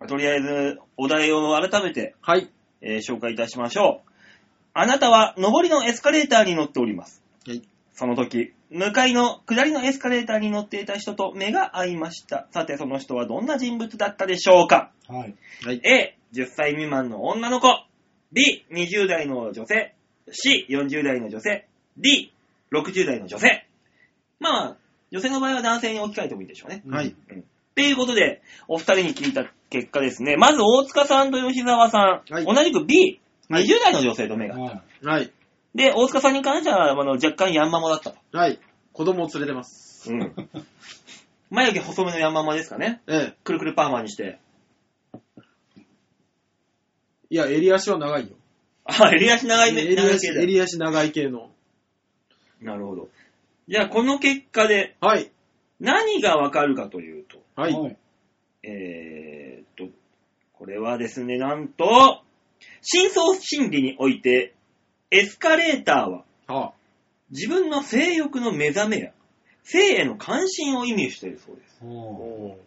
A: まあとりあえず、お題を改めて、
B: はい。
A: えー紹介いたしましょう。あなたは上りのエスカレーターに乗っております。
B: はい
A: その時、向かいの下りのエスカレーターに乗っていた人と目が合いました。さて、その人はどんな人物だったでしょうか
C: はい。
B: はい。
A: ?A、10歳未満の女の子。B、20代の女性。C、40代の女性。D、60代の女性。まあ、女性の場合は男性に置き換えてもいいでしょうね。
B: はい。
A: っていうことで、お二人に聞いた結果ですね、まず大塚さんと吉沢さん、
B: はい
A: 同じく B、
B: はい
A: 20代の女性と目が。
C: は
B: はい。
A: で、大塚さんに関しては、あの、若干ヤンママだったと。
B: はい。子供を連れてます。
A: うん。 眉毛細めのヤンママですかね。
B: ええ。
A: くるくるパーマにして。
B: いや、襟足は長いよ。
A: あ、襟足長いめ、
B: 襟
A: 長い
B: 足、
A: 系だ。
B: 襟足長い系の。
A: なるほど。じゃあ、この結果で
B: はい。
A: 何がわかるかというと、
C: い。
B: はい。
C: はい。
A: えーっと、これはですね、なんと、深層心理において、エスカレーターは、
B: はあ、
A: 自分の性欲の目覚めや、性への関心を意味しているそうです。
C: おー
B: お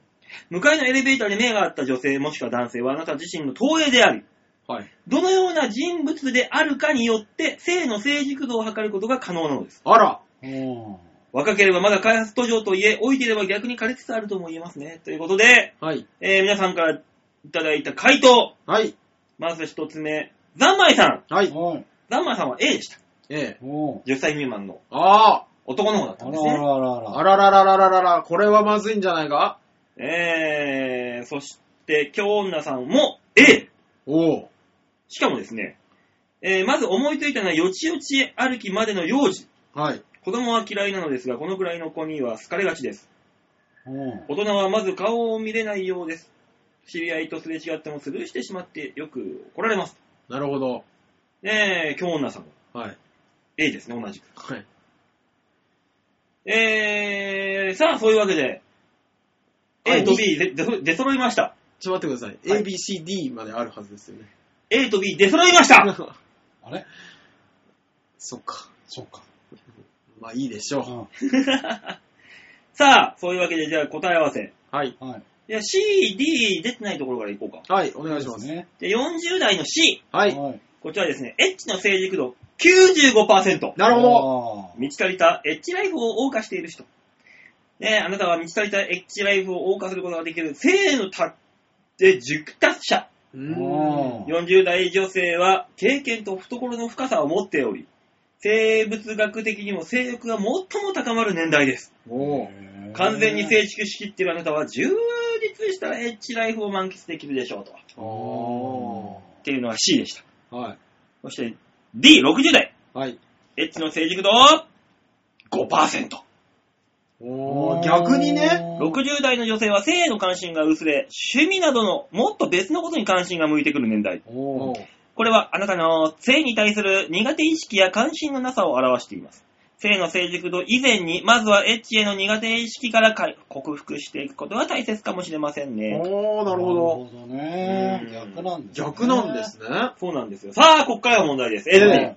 A: 向かいのエレベーターに目があった女性もしくは男性はあなた自身の投影であり、
B: ーはい。
A: どのような人物であるかによって、性の成熟度を測ることが可能なのです。
B: あら
C: お
A: 若ければまだ開発途上といえ、老いていれば逆に枯れつつあるとも言えますね。ということで、
B: はい。
A: えー皆さんからいただいた回答、
B: はい。
A: まず一つ目、ザンマイさん。
B: は
C: ー
B: い。
C: はい。
A: ザンマイさんは A でした。
B: ええ。
C: おー
A: 10歳未満の
B: あ
A: 男の方だっ
C: あ
A: たんです
C: らあ
A: ね。
C: らあらあら。
B: あ。あららららららら、これはまずいんじゃないか
A: えー、そして、京女さんも A。
B: おお。
A: しかもですね、えーまず思いついたのは、よちよち歩きまでの幼児。
B: はい。
A: 子供は嫌いなのですが、このくらいの子には好かれがちです。
C: おー
A: 大人はまず顔を見れないようです。知り合いとすれ違ってもスルーしてしまってよく怒られます。
B: なるほど。
A: えー、京女さん。
B: はい。
A: A ですね、同じく。
B: はい。
A: えー、さあ、そういうわけで、
B: はい
A: A と B で出出揃いました。
B: ちょっと待ってくださ。
A: はいい
B: ABCD まであるはずですよね。
A: A と B 出揃いました
C: あれ
B: そっか。
C: そっか。
B: まあいいでしょ
C: う
A: さあ、そういうわけで、じゃあ答え合わせ。
B: う。はい。
C: んはい。
A: いや、C、D 出てないところからいこうか。
B: はい、お願いします。
C: ね。
A: で40代の C。
B: は。
C: はいい。
A: こちらですね、エッチの成熟度95%。
B: なるほど。
C: ど。
A: 満ち足りたエッチライフを謳歌している人。ねえ、あなたは満ち足りたエッチライフを謳歌することができる、性のたって熟達者。
B: う
C: う
B: ーん。
C: ん
A: 40代女性は経験と懐の深さを持っており、生物学的にも性欲が最も高まる年代です。
B: おお。
A: 完全に成熟しきっているあなたは充実したエッチライフを満喫できるでしょうと。っ
B: お
A: ていうのが C でした。
B: ー。はい。
A: そして D、60代。
B: はい。
A: エッチの成熟度5%。
B: おー、逆にね。
A: 60代の女性は性への関心が薄れ、趣味などのもっと別のことに関心が向いてくる年代。
C: お
B: お
C: ー
B: ー
A: これはあなたの性に対する苦手意識や関心のなさを表しています。性の成熟度以前に、まずはエッチへの苦手意識からか克服していくことが大切かもしれませんね。
B: おー、なるほど。。
C: なるほどね
A: う。ん
C: 逆なんですね。
B: 逆なんですね。
A: そうなんですよ。さあ、ここからが問題です。A
B: え
A: と
B: え
A: B。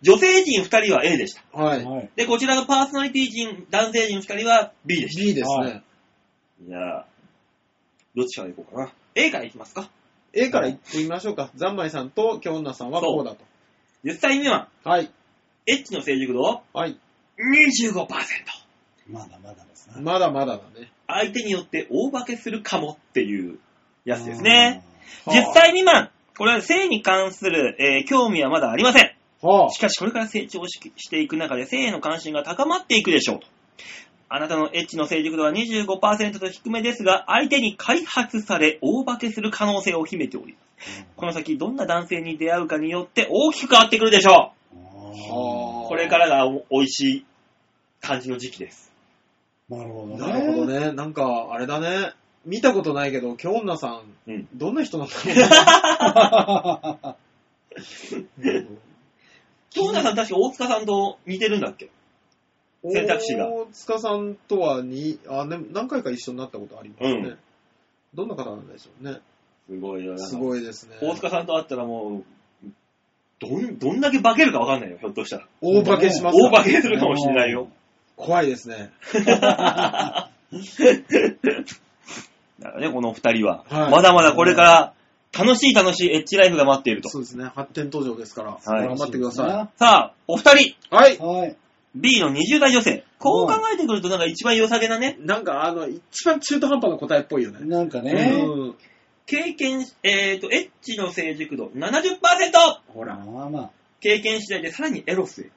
A: 女性陣2人は A でした。
B: は
C: はい
B: い。
C: はい。
A: で、こちらのパーソナリティ陣、男性陣2人は B でした。
B: B です
C: は
B: ね。
A: じゃあ、どっちからいこうかな。A からいきますか。
B: A から行ってみましょうか。ざんまいさんと京女さんはこうだと。
A: 10歳未満、
B: はい。
A: エッチの成熟度を
B: はい。
A: 25%。
C: まだまだですね。
B: まだまだだね。
A: 相手によって大化けするかもっていうやつですね。
B: うんはあ
A: 10歳未満。これは性に関する、えー興味はまだありません。
B: は
A: しかしこれから成長ししていく中で性への関心が高まっていくでしょうと。あなたのエッチの成熟度は25%と低めですが、相手に開発され大化けする可能性を秘めており、この先どんな男性に出会うかによって大きく変わってくるでしょ
B: は
A: う。
B: あ
A: これからがお美味しい感じの時期です。
C: あ。なるほど
B: あ。
C: ね。
B: なるほどね。なんか、あれだね。見たことないけど、京女さん、
A: うん
B: どんな人なんだろ
A: 京奈さん確か大塚さんと似てるんだっけ
B: う
A: 選択肢が
B: 大塚さんとはにあ、ね、何回か一緒になったことありますね。
A: うん
B: どんな方なんでしょうね。
A: すごいよ
B: すごいですね。
A: 大塚さんと会ったらもう、どん、どんだけ化けるかわかんないよ、ひょっとしたら。
B: 大化けします
A: 大
B: か
A: 化けするかもしれないよ。
B: 怖いですね。
A: だ からね、この二人は、
B: はい
A: まだまだこれから、楽しい楽しいエッジライフが待っていると。
B: そうですね。発展途上ですから、
A: はい
B: 頑張ってくださ
C: はい
A: さあ、お二人、
B: い。はい。
C: い。はい。
A: B の20代女性。こう考えてくるとなんか一番良さげなね、
B: なんかあの、一番中途半端な答えっぽいよね。
C: なんか
B: う
C: ね。
B: ん
A: 経験、えっ、と、エッチの成熟度70%
B: ほら。
C: まあまあ。
A: 経験次第でさらにエロスへ。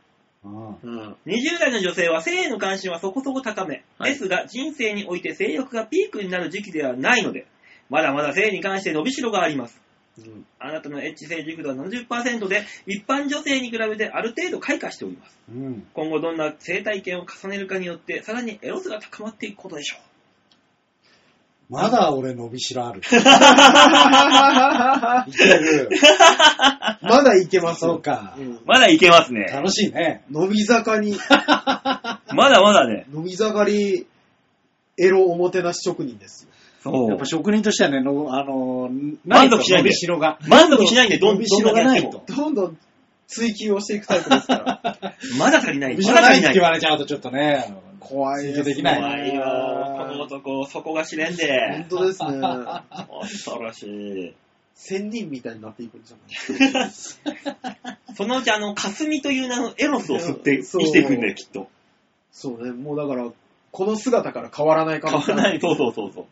C: うん
B: うん。
A: 20代の女性は性への関心はそこそこ高め。
B: はい
A: ですが、人生において性欲がピークになる時期ではないので、まだまだ性に関して伸びしろがあります。
B: うん
A: あなたのエッチ成熟度は70%で、一般女性に比べてある程度開花しております。
C: うん。
A: 今後どんな性体験を重ねるかによって、さらにエロスが高まっていくことでしょう。
C: まだ俺伸びしろある。いける。
B: まだいけます
C: そう
B: よ。
C: か
B: う。ん
A: まだいけますね。
C: 楽しいね。
B: 伸び盛り、
A: まだまだね。
B: 伸び盛り、エロおもてなし職人ですよ。
A: そう
C: やっぱ職人としてはね、のあの、
A: 満足しないんだよ
C: 伸びしろが。
A: 満足しないんで、どん
C: 伸び
A: ど
C: し
A: んだ
C: ろ
A: け
C: が
A: やっ
C: な
A: て
C: い
A: も
C: と。
B: どんどん追求をしていくタイプですから。
A: まだ足りない。ま
C: 伸びしろ
A: だ
C: がな
A: 足り
C: いっ
A: な
C: て言
A: い。
C: われちゃうとちょっとね、
B: 怖いですね
C: 追求できない
A: 怖いよ。この男、そこが知れんで
B: 本。当ですね。
A: 恐ろしい。
B: 仙人みたいになっていくんじゃない
A: そのうち、あの、霞という名のエロスを吸って
B: そ
A: 生
B: う
A: きていくんだよ、きっと。
B: そうね、もうだから、この姿から変わらないか
A: 変わらない。そうそうそうそ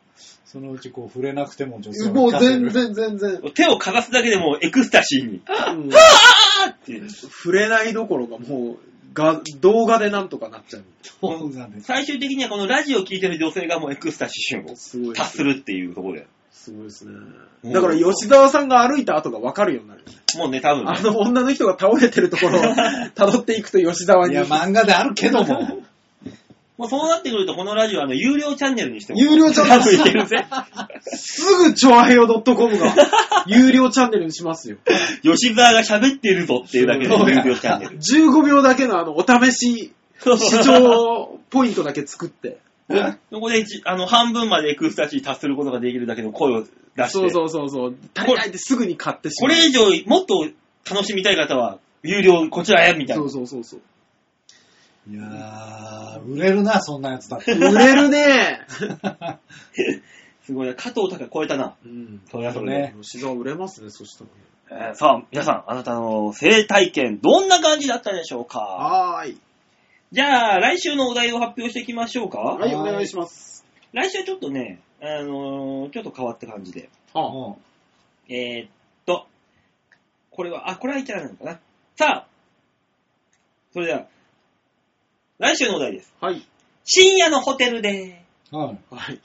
C: そのうちこう触れなくても女性を
B: もう
C: 生かせ
B: 全
C: る。
B: 然全然、
A: う。手をかざすだけでもうエクスタシーに。
B: うん
A: あーっていう。
B: 触れないどころかもうが、動画でなんとかなっちゃう。
C: そうなんで す。
A: 最終的にはこのラジオを聞いてる女性がもうエクスタシーを
B: すごい。
A: 達するっていうところで。
B: すごいですね
A: うん。
B: だから吉沢さんが歩いた後が分かるようになるよね。
A: もうね、多分ね
B: あの女の人が倒れてるとこ ろを辿っていくと吉沢
C: い
B: に
C: や、。漫画である けども。
A: もうそうなってくると、このラジオはあの、有料チャンネルにしても。
B: 有料チャンネル
A: 多分いけるぜ。
B: すぐチョアヘヨ .com が有料チャンネルにしますよ。
A: 吉沢が喋っているぞっていうだけで
B: そう
A: 有料チャンネル。
B: 15秒だけのあの、お試し、視聴ポイントだけ作って。
A: そこでじ、あの、半分までエクスタシー達することができるだけの声を出して。
B: そうそうそうそう。足りないってすぐに買ってし
A: こ
B: まう。
A: れ以上、もっと楽しみたい方は、有料、こちらへ、みたい
B: そ
A: な
B: う。そうそうそう。
C: いやー、売れるな、そんなやつだって。
B: 売れるね
A: すごいな。加藤隆超えたな。
B: うん。
A: それはそれで。
C: ね。
B: 吉沢売れますね、そしたら。
A: えーさあ、皆さん、あなたの生体験、どんな感じだったでしょうか
B: はーい。
A: じゃあ、来週のお題を発表していきましょうか、
B: はい、お願いします。
A: 来週はちょっとね、あのーちょっと変わった感じで。
B: あ、
C: も
A: えーっと、これは、あ、これはいけないのかな。さあ、それでは、来週のお題です。
B: はい。
A: 深夜のホテルで、
C: うはい。
B: はい。いや、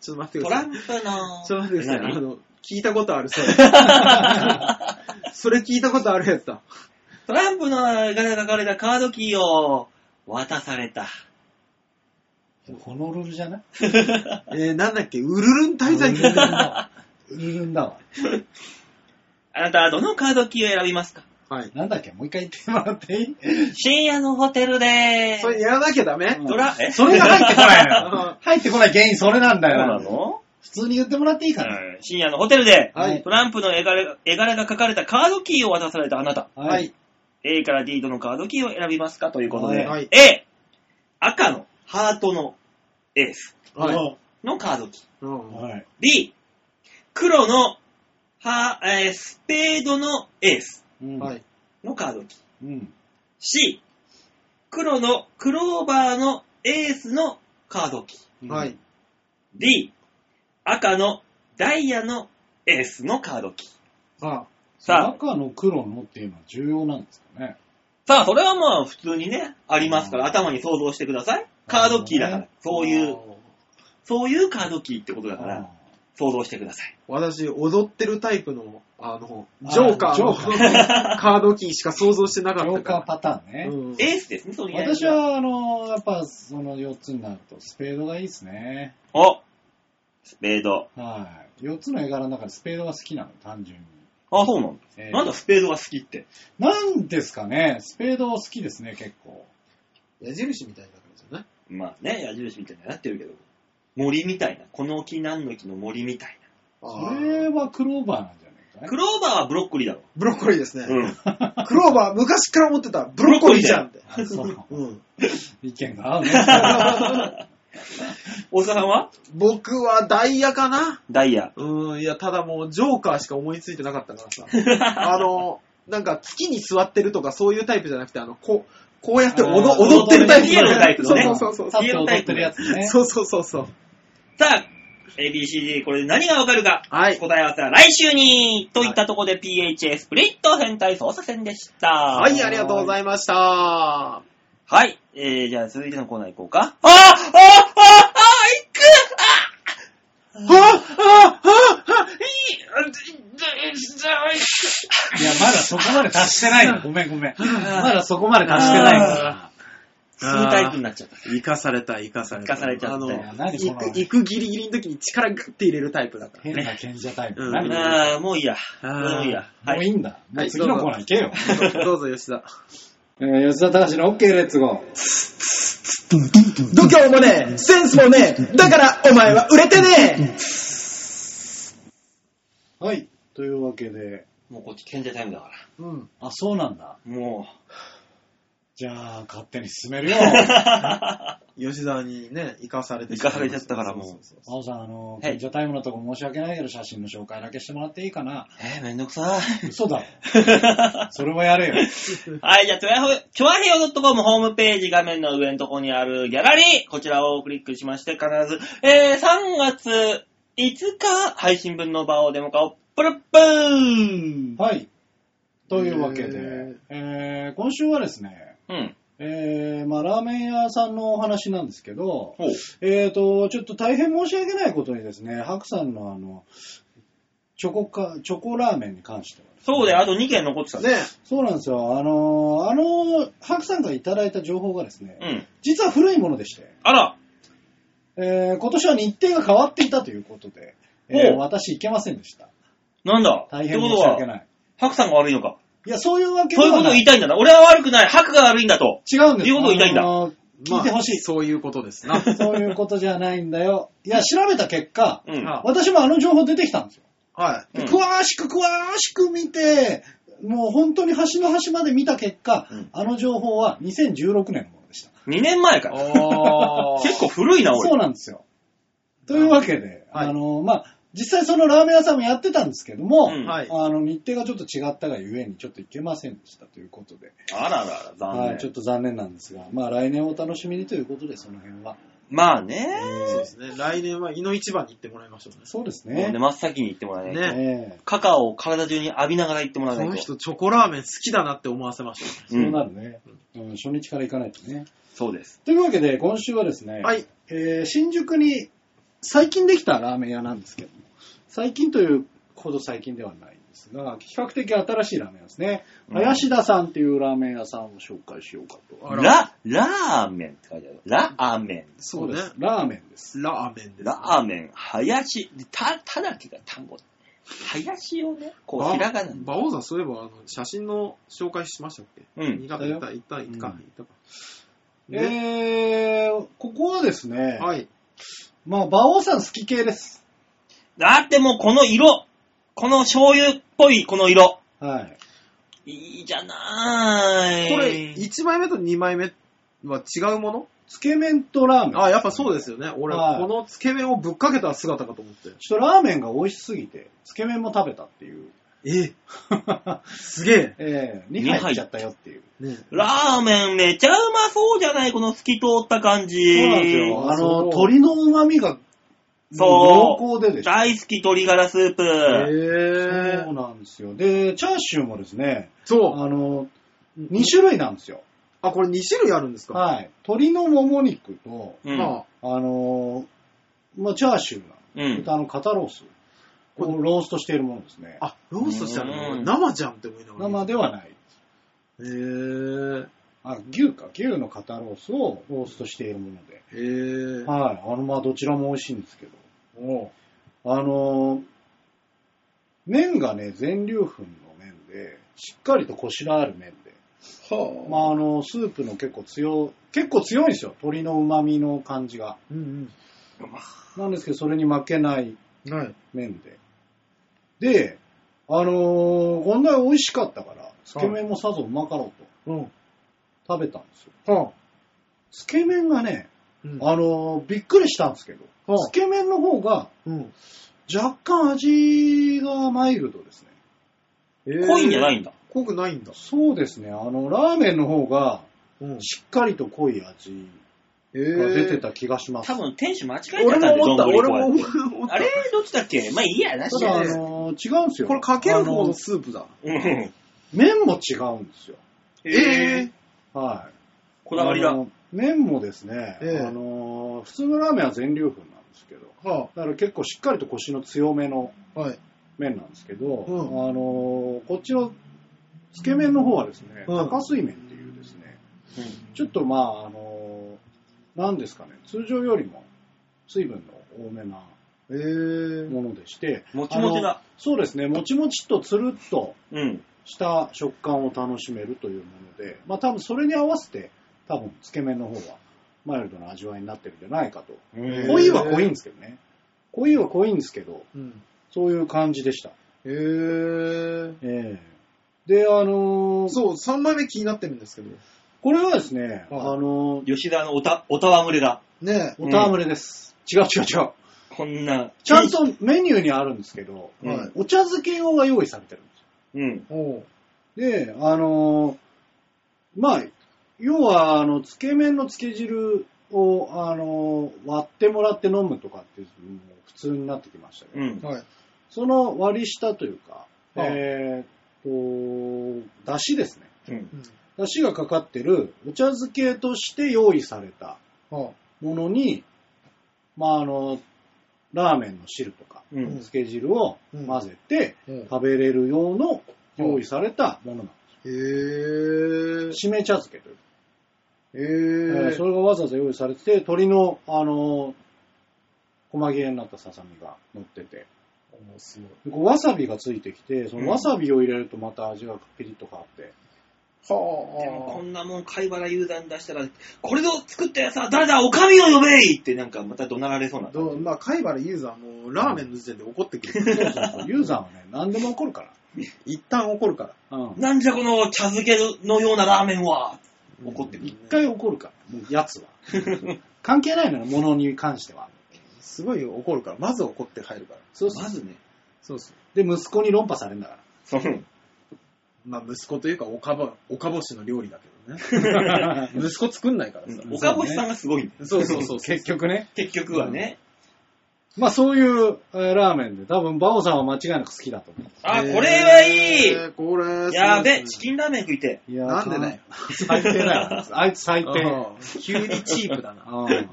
B: ちょっと待ってく
A: ト
B: だ
A: ラ
B: さ
A: ン
B: い。
A: プの、
B: ちょっと待ってください。あ
A: 何
B: の、聞いたことあ る、それ。それ聞いたことあるやつだ。
A: トランプのが書かれたカードキーを渡された。
C: ホノルルじゃない
B: えー、なんだっけ、ウルルン滞在
C: ウルルンだ。ウルル ンだわ。
A: あなたはどのカードキーを選びますか
B: はい。
C: なんだっけもう一回言ってもらっていい
A: 深夜のホテルで、
B: それやらなきゃダメ
C: うん
A: トラ、え、
C: それが入ってこないの よ
B: は
C: 入ってこない原因、それなんだ
A: そうな
C: よ。
A: の、
C: 普通に言ってもらっていいかな。
A: うん深夜のホテルで、
B: はい
A: トランプの絵柄絵柄が書かれたカードキーを渡されたあなた。
B: い。はい。
A: A から D どのカードキーを選びますかということで、
B: はい
A: A、赤のハートのエース
B: はい。
A: のカードキー。
B: うん
C: はい。
A: B、黒のハ、えースペードのエース
C: うん
B: はい。
A: のカードキー。
C: うん。
A: C、黒のクローバーのエースのカードキー。
B: はい。
A: D、赤のダイヤのエースのカードキー。
B: あ、
A: さあ、
C: 赤の黒のっていうのは重要なんですかね。
A: さあ、それはまあ普通にね、ありますから、頭に想像してください。カードキーだから、そういう、。そういうカードキーってことだから、想像してください。
B: 私、踊ってるタイプの、あの、ジョーカーの
C: ジ
B: カードキーしか想像してな
C: ジ
B: か
C: ョ
B: っ
C: ー
B: た
C: カー
B: か
C: パターン
B: ら。
C: ね。
B: うん
A: エースですね、とりあえず
C: 私、は、あの、やっぱ、その4つになると、スペードがいいですね。
A: おスペード。
C: はい。4つの絵柄の中でスペードが好きなの、単純に。
A: あ、そうなんだ。
C: えー
A: なんだスペードが好きって。
C: なんですかね、スペード好きですね、結構。
B: 矢印みたいな感じじゃない
A: まあね、矢印みたいになってるけど、森みたいな。この木何の木の森みたい
C: それ
B: あー
C: はクローバーなんじゃな
A: な。
C: い
A: ク
C: か
A: ローバーはブロッコリーだろ。
B: ブロッコリーですね。
A: うん。
B: クローバー、昔から思ってた。ブロッコリーじゃんって。
C: ね。あそう。
B: うん。
C: 意見が合うね。
A: 大塚さんは
B: 僕はダイヤかな
A: ダイヤ。
B: うん、いや、ただもう、ジョーカーしか思いついて なかったからさ。あの、なんか、月に座ってるとかそういうタイプじゃなくて、あの、ここうやって踊
C: あー
B: 踊ってるタイプ
A: ピエロのタイプのね
B: そうそうそうそ
C: 立
B: う。
C: って踊ってるやつね。
B: そうそうそうそう。
A: さあ、ABCD、これで何がわかるか。
B: はい。
A: 答え合わせは来週にといったところで PHS プリット変態操作戦でした。は
B: はい、ありがとうございました。
A: はい。えー、じゃあ続いてのコーナー行こうか。あーあーあーあ
B: はぁはぁはぁはい
C: や、まだそこまで達してないの。ごめんごめん。まだそこまで達してないか
A: ー行く吸うタイプになっちゃった。
B: ぁ生かされた、生かされ
A: 生
B: た。
A: かされちゃった
B: あの、
A: いや
C: 何
B: 行
C: その。
B: く、行くギリギリの時に力グッて入れるタイプだから
C: 変な賢者タイ
B: う
C: プ。
B: ん
C: 何も
A: あー、もういいや。
B: あ
A: どう
B: ー
A: でもいいや。は
C: うい
A: い。
C: いんだ。も
B: は
C: う
B: い
C: 次のコーナー行けよ。
B: ら。どうぞ、吉田。
C: えー吉田隆の OK レッツゴー。
B: 度胸もねえ、センスもねえ、だからお前は売れてね
C: はい。というわけで、
A: もうこっち健在タイムだから。
B: えうん。
C: あ、そうなんだ。
A: も
C: じゃあ、勝手に進 めるよ。
B: 吉田にね、生かされて
A: 生かされちゃったからもう
B: そうそうそう
C: 青さん、あの、
A: はい
C: 賢者タイムのとこ申し訳ないけど、写真の紹介だけしてもらっていいかな
A: う。。えー、めんどく さい。
C: 嘘だ。それはやれよ。
A: はい、じゃあ、チョアヘオ、チョアヘオ .com ホームページ画面の上のところにあるギャラリー、こちらをクリックしまして、必ず、えー、3月5日配信分の場をデモ化を、プルップー
C: はい。というわけで、えー今週はですね、
A: うん。
C: えーまあ、ラーメン屋さんのお話なんですけど、
A: ほう。
C: えーと、ちょっと大変申し訳ないことにですね、ハクさんのあの、チョコか、チョコラーメンに関しては。
A: そうで、あと2件残ってたんだ
B: ね
C: そうなんですよ。あの、あの、ハクさんがいただいた情報がですね、
A: うん。
C: 実は古いものでして、
A: あら、
C: えー今年は日程が変わっていたということで、えー
A: おう
C: 私行けませんでした。
A: なんだ。
C: 大変
A: って
C: 申
A: こ
C: し
A: と
C: 訳
A: は、
C: ない。
A: ハクさんが悪いのか。
C: いや、そういうわけで
A: そういうこ
C: は
A: とを
C: な
A: 言
C: い
A: い。たいんだな。俺は悪くない。ハクが悪いんだと。
C: 違うんです
A: 言うことを言いたいんだ
C: あの聞いてほしい
B: まあ。そういうことですな。
C: そういうことじゃないんだよ。いや、調べた結果、
A: うん。
B: あ
C: 私もあの情報出てきたんですよ。
B: は
A: うん
C: で詳しく詳しく見て、もう本当に端の端まで見た結果、
A: うん
C: あの情報は2016年のものでした。
A: 2年前か
B: い。。おー
A: 結構古いな、
C: そう
A: 俺。
C: なんですよ。というわけで、
B: はい
C: あの、まあ、実際そのラーメン屋さんもやってたんですけども、
A: うん
B: はい。
C: あの、日程がちょっと違ったがゆえにちょっと行けませんでしたということで、
A: あららら、残念。
C: はい、ちょっと残念なんですが、まあ来年お楽しみにということで、その辺は。
A: まあね。
B: そうですね。来年は井の一番に行ってもらいましょうね。
C: そうです
A: もう
C: ね
A: ね、。真っ先に行ってもらえないと。
B: ね
C: ええ
A: カカオを体中に浴びながら行ってもらわ
B: こ
A: ないと。
B: の人チョコラーメン好きだなって思わせまし
C: そうなるね、うん初日から行かないとね。
A: そうです。
C: というわけで、今週はですね、
B: た。はい。
C: えー新宿に最近できたラーメン屋なんですけども、最近というほど最近ではないんですが、比較的新しいラーメン屋ですね。
A: うん
C: 林田さんっていうラーメン屋さんを紹介しようかと。
B: あら
A: ラ、ラーメンって書いてある。ラーメン。
B: そうね
C: で。す。ラーメンです。
B: ラーメンです。
A: ラーメン、林、た、たなきが田んぼ。林をね、こう、ひらがなに。
B: バオさん、そういえば、あの、写真の紹介しましたっけ
A: うん。
B: 苦手行った、行った、行ったか、
C: うん
B: 行ったか。ね
C: えー、ここはですね、
B: はい。
C: まあ、馬王さん好き系です。
A: だってもうこの色、この醤油っぽいこの色。
C: はい。
A: いいじゃない。
B: これ、1枚目と2枚目は違うもの
C: つけ麺とラーメン。
B: あ、やっぱそうですよね。俺、
C: はい
B: このつけ麺をぶっかけた姿かと思って。
C: ちょっとラーメンが美味しすぎて、つけ麺も食べたっていう。
B: えすげ
C: ええ
A: 二
C: 2
A: 杯
C: 杯入っちゃったよっていう。
B: え。ね
A: ラーメンめちゃうまそうじゃないこの透き通った感じ。
C: そうなんですよ。あ
B: そう
C: の、鶏の旨味が、
A: そう
C: 濃厚ででしょ。
A: 大好き鶏ガラスープ。
B: え。
C: そうなんですよ。で、チャーシューもですね、
B: そう。
C: あの、2
B: に
C: 種類なんですよ。
B: あ、これ2種類あるんですか
C: はい。鶏のもも肉と、
A: うん
B: あ
C: あの、まあ、チャーシューな、
A: うん。
C: 豚の肩ロース
B: これ
C: をローストしているものですね。
B: あ、ローストした
A: う
B: の
A: ん
B: 生じゃんって思いながら。
C: 生ではない。
B: へぇ
C: あ、牛か、牛の肩ロースをローストしているもので。
B: ー。へぇー。
C: はい。あの、まあ、どちらも美味しいんですけど。
B: お
C: あのー麺がね、全粒粉の麺で、しっかりとコシのある麺で、
B: は
C: まあ、あの、スープの結構強、結構強いんですよ。鶏の旨味の感じが。
B: うん
C: なんですけど、それに負けない
B: うん。はい。
C: 麺で。で、あのーこんなに美味しかったから、つけ麺もさぞうまかろうと
B: うん。
C: 食べたんですよ。
B: は
C: つけ麺がね、
B: うん。
C: あのーびっくりしたんですけど、
B: うん
C: つけ麺の方が
B: うん。
C: 若干味がマイルドですね。
B: 濃
A: 濃いんじゃないいんだ。
B: 濃くないんだ。
C: そうですね。あの、ラーメンの方が、
B: うん。
C: しっかりと濃い味
B: え
C: が出て
B: ー、
C: た気がします。
A: 多分店主間違え
B: 俺
A: た
B: も
A: んで、
B: 思った、
A: 丼
B: 俺
A: こう
B: も
A: やって
B: 思った。
A: あれどっちだっけまあいいや、なしや
C: ただ、
A: ね
C: あのー違うんですよ。
B: これかける
C: あ
B: 方
C: の
B: の
C: ー
B: スープだ。
A: うん。
C: 麺も違うんですよ。
B: え
C: はい。
A: こだわりだ
C: あ。の麺もですね、
B: ええ
C: あのー普通のラーメンは全粒粉なんですけど、
B: ー、は
C: だから結構しっかりとコシの強めの
B: あ、はい。
C: 麺なんですけど、
B: うん
C: あのーこっちのつけ麺の方はですね、
B: うん
C: 高水麺っていうですね、ちょっとまあ、あのーなんですかね、通常よりも水分の多めな
B: えー、
C: ものでして、
A: もちもち
C: あ
A: だ
C: の。そうですね、もちもちっとつるっと
A: うん。
C: した食感を楽しめるというもので、まあ多分それに合わせて、多分つけ麺の方はマイルドな味わいになってるんじゃないかと。
B: へー
C: 濃いは濃いんですけどね。濃いは濃いんですけど、
B: うん。
C: そういう感じでした。
B: えー、
C: ええで、あのー
B: そう、3枚目気になってるんですけど。
C: これはですね、
B: はい
C: あのー
A: 吉田のおた、おたわむれだ。
B: ね
C: おたわむれです。違う違う違う。
A: こんな。
C: ちゃんとメニューにあるんですけど、
B: え。はい。
C: お茶漬け用が用意されてるんですよ。
A: うん。
B: おう
C: で、あのーまあ、要は、あの、つけ麺のつけ汁を、あのー割ってもらって飲むとかっていうのも普通になってきましたけど、
A: うん。
B: はい。
C: その割り下というか、
B: はい
C: えーっと、だしですね。
A: うん。
B: うん。
C: だしがかかってるお茶漬けとして用意された
B: は
C: ものに、まあ、あの、ラーメンの汁とか、
A: う
B: うん
A: ん。
C: 漬け汁を混ぜて
B: あ。うん。
C: 食べれる用の用意されたものなんで
B: えー。
C: す。しめ茶漬けという。
B: え
C: えーそれがわざわざ用意されてて、鶏の、あの、細切れになったささみが乗ってて、
B: 面白い。
C: こうわさびがついてきて、そ
A: うん
C: のわさびを入れるとまた味がピリッと変わ って、
A: でもこ
B: は
A: んなもん貝原雄山に出したら、これを作ったやつは誰だおかみを呼べいってなんかまた怒鳴られそうな
B: あ。。どうまあ、貝原ユーザーもうラーメンの時点で怒ってく
C: そ
B: る。
C: うそうそうユーザーはね、何でも怒るか
B: 一旦怒るから。
C: ら。うん。
A: なんじゃこの茶漬けのようなラーメンは怒ってくる。
C: 一回怒るから、もうやつ は。関係ないのよ、ものに関しては。
B: すごい怒るから。まず怒って入るから。
C: そうそう
A: まずね。
B: そうそう。
C: で、息子に論破されるんだか
A: そう。
B: まあ、息子というか、おかぼ、おかぼしの料理だけどね。
C: ら。
B: 息子作んないからさ。
A: 岡星さんがすごいね。
B: そうそうそう。
C: 結局ね。
A: 結局はね。
C: まあそういうえーラーメンで、多分バオさんは間違いなく好きだと思
A: あ、これはいい、
B: えーこれ、
A: やべ、チ
B: ン。
A: キンラーメン食いて。
C: う。いやー
B: なんでだよ。。
C: 最低だよ。あいつ最低。
B: うん急にチープだな。
C: あー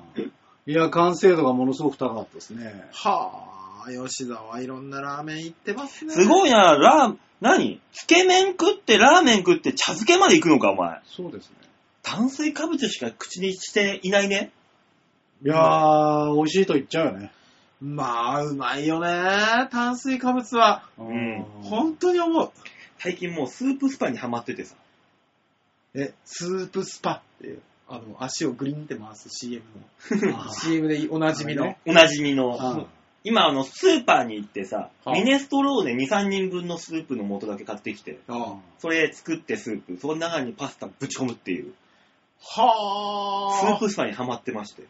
C: いや、完成度がものすごく高かったですね。
B: はあ、吉沢はいろんなラーメン行ってますね。
A: すごいな、ラー、何つけ麺食ってラーメン食って茶漬けまで行くのか、お前。
C: そうですね。
A: 炭水化物しか口にしていないね。
C: いやー、美味しいと言っちゃうよね。
B: まあ、うまいよね。炭水化物は。
A: ん
C: あー
B: 本当に思う。
A: 最近もうスープスパにハマっててさ。
B: え、スープスパっていう、あの、足をグリンって回す CM
C: あ
B: の。
C: ー
B: CM でおなじみ
C: あ
B: の。
C: れね
A: おなじみの。
C: あー
A: 今、あの、スーパーに行ってさ、
B: はい
A: ミネストローネ2、3人分のスープの素だけ買ってきて、
B: あ
A: それ作ってスープ、その中にパスタぶち込むっていう、
B: あは
A: ス
B: あ。
A: ープスパにハマってまして。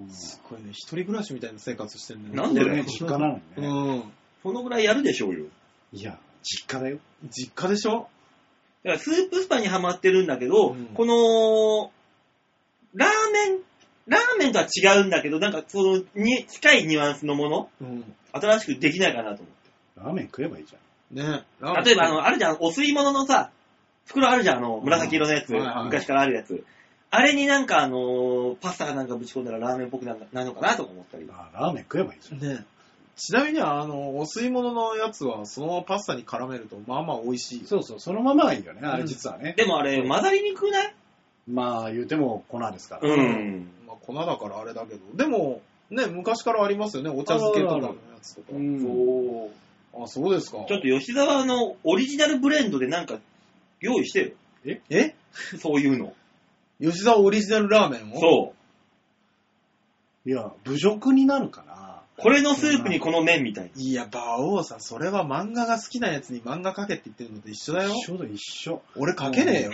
C: うん
B: すごいね、一人暮らしみたいな生活してるね。
A: なんでだよ
C: 俺ね実家なのにね。
B: うん。
A: そのぐらいやるでしょうよ。
C: いや、実家だよ。
B: 実家でしょ
A: だからスープスパにはまってるんだけど、
B: うん
A: この、ラーメン、ラーメンとは違うんだけど、なんかそのに近いニュアンスのもの、
B: うん。
A: 新しくできないかなと思
C: ラーメン食えばいいじゃん。
B: ね
A: って。例えば、あ、の、あるじゃん、お吸い物のさ、袋あるじゃん、あの、紫色のやつ、
B: はいはい
A: 昔からあるやつ。あれになんかあのーパスタかなんかぶち込んだらラーメンっぽくななのかなとか思ったり。
C: あーラーメン食えばいいじゃん。
B: ねちなみに、あの、お吸い物のやつは、そのままパスタに絡めると、まあまあ美味しいよ。
C: そうそう、そのままがいいよね、あ
B: う
C: れ
B: ん
C: 実はね。
A: でもあれ、混ざりにくくない
C: まあ、言うても粉ですから。
A: うん
B: まあ、粉だからあれだけど。でも、ね、昔からありますよね。お茶漬けとかのやつとか。
C: うん
A: そう
B: あ、そうですか。
A: ちょっと吉沢のオリジナルブレンドでなんか用意してよ。
B: え
A: そういうの。
B: 吉沢オリジナルラーメンをう。
A: そう。
C: いや、侮辱になるかな。
A: これのスープにこの麺みたいな。
B: いや、馬王さん、それは漫画が好きなやつに漫画描けって言ってるのと一緒だよ。
C: 一緒だ、一緒。
B: 俺描けねえよ。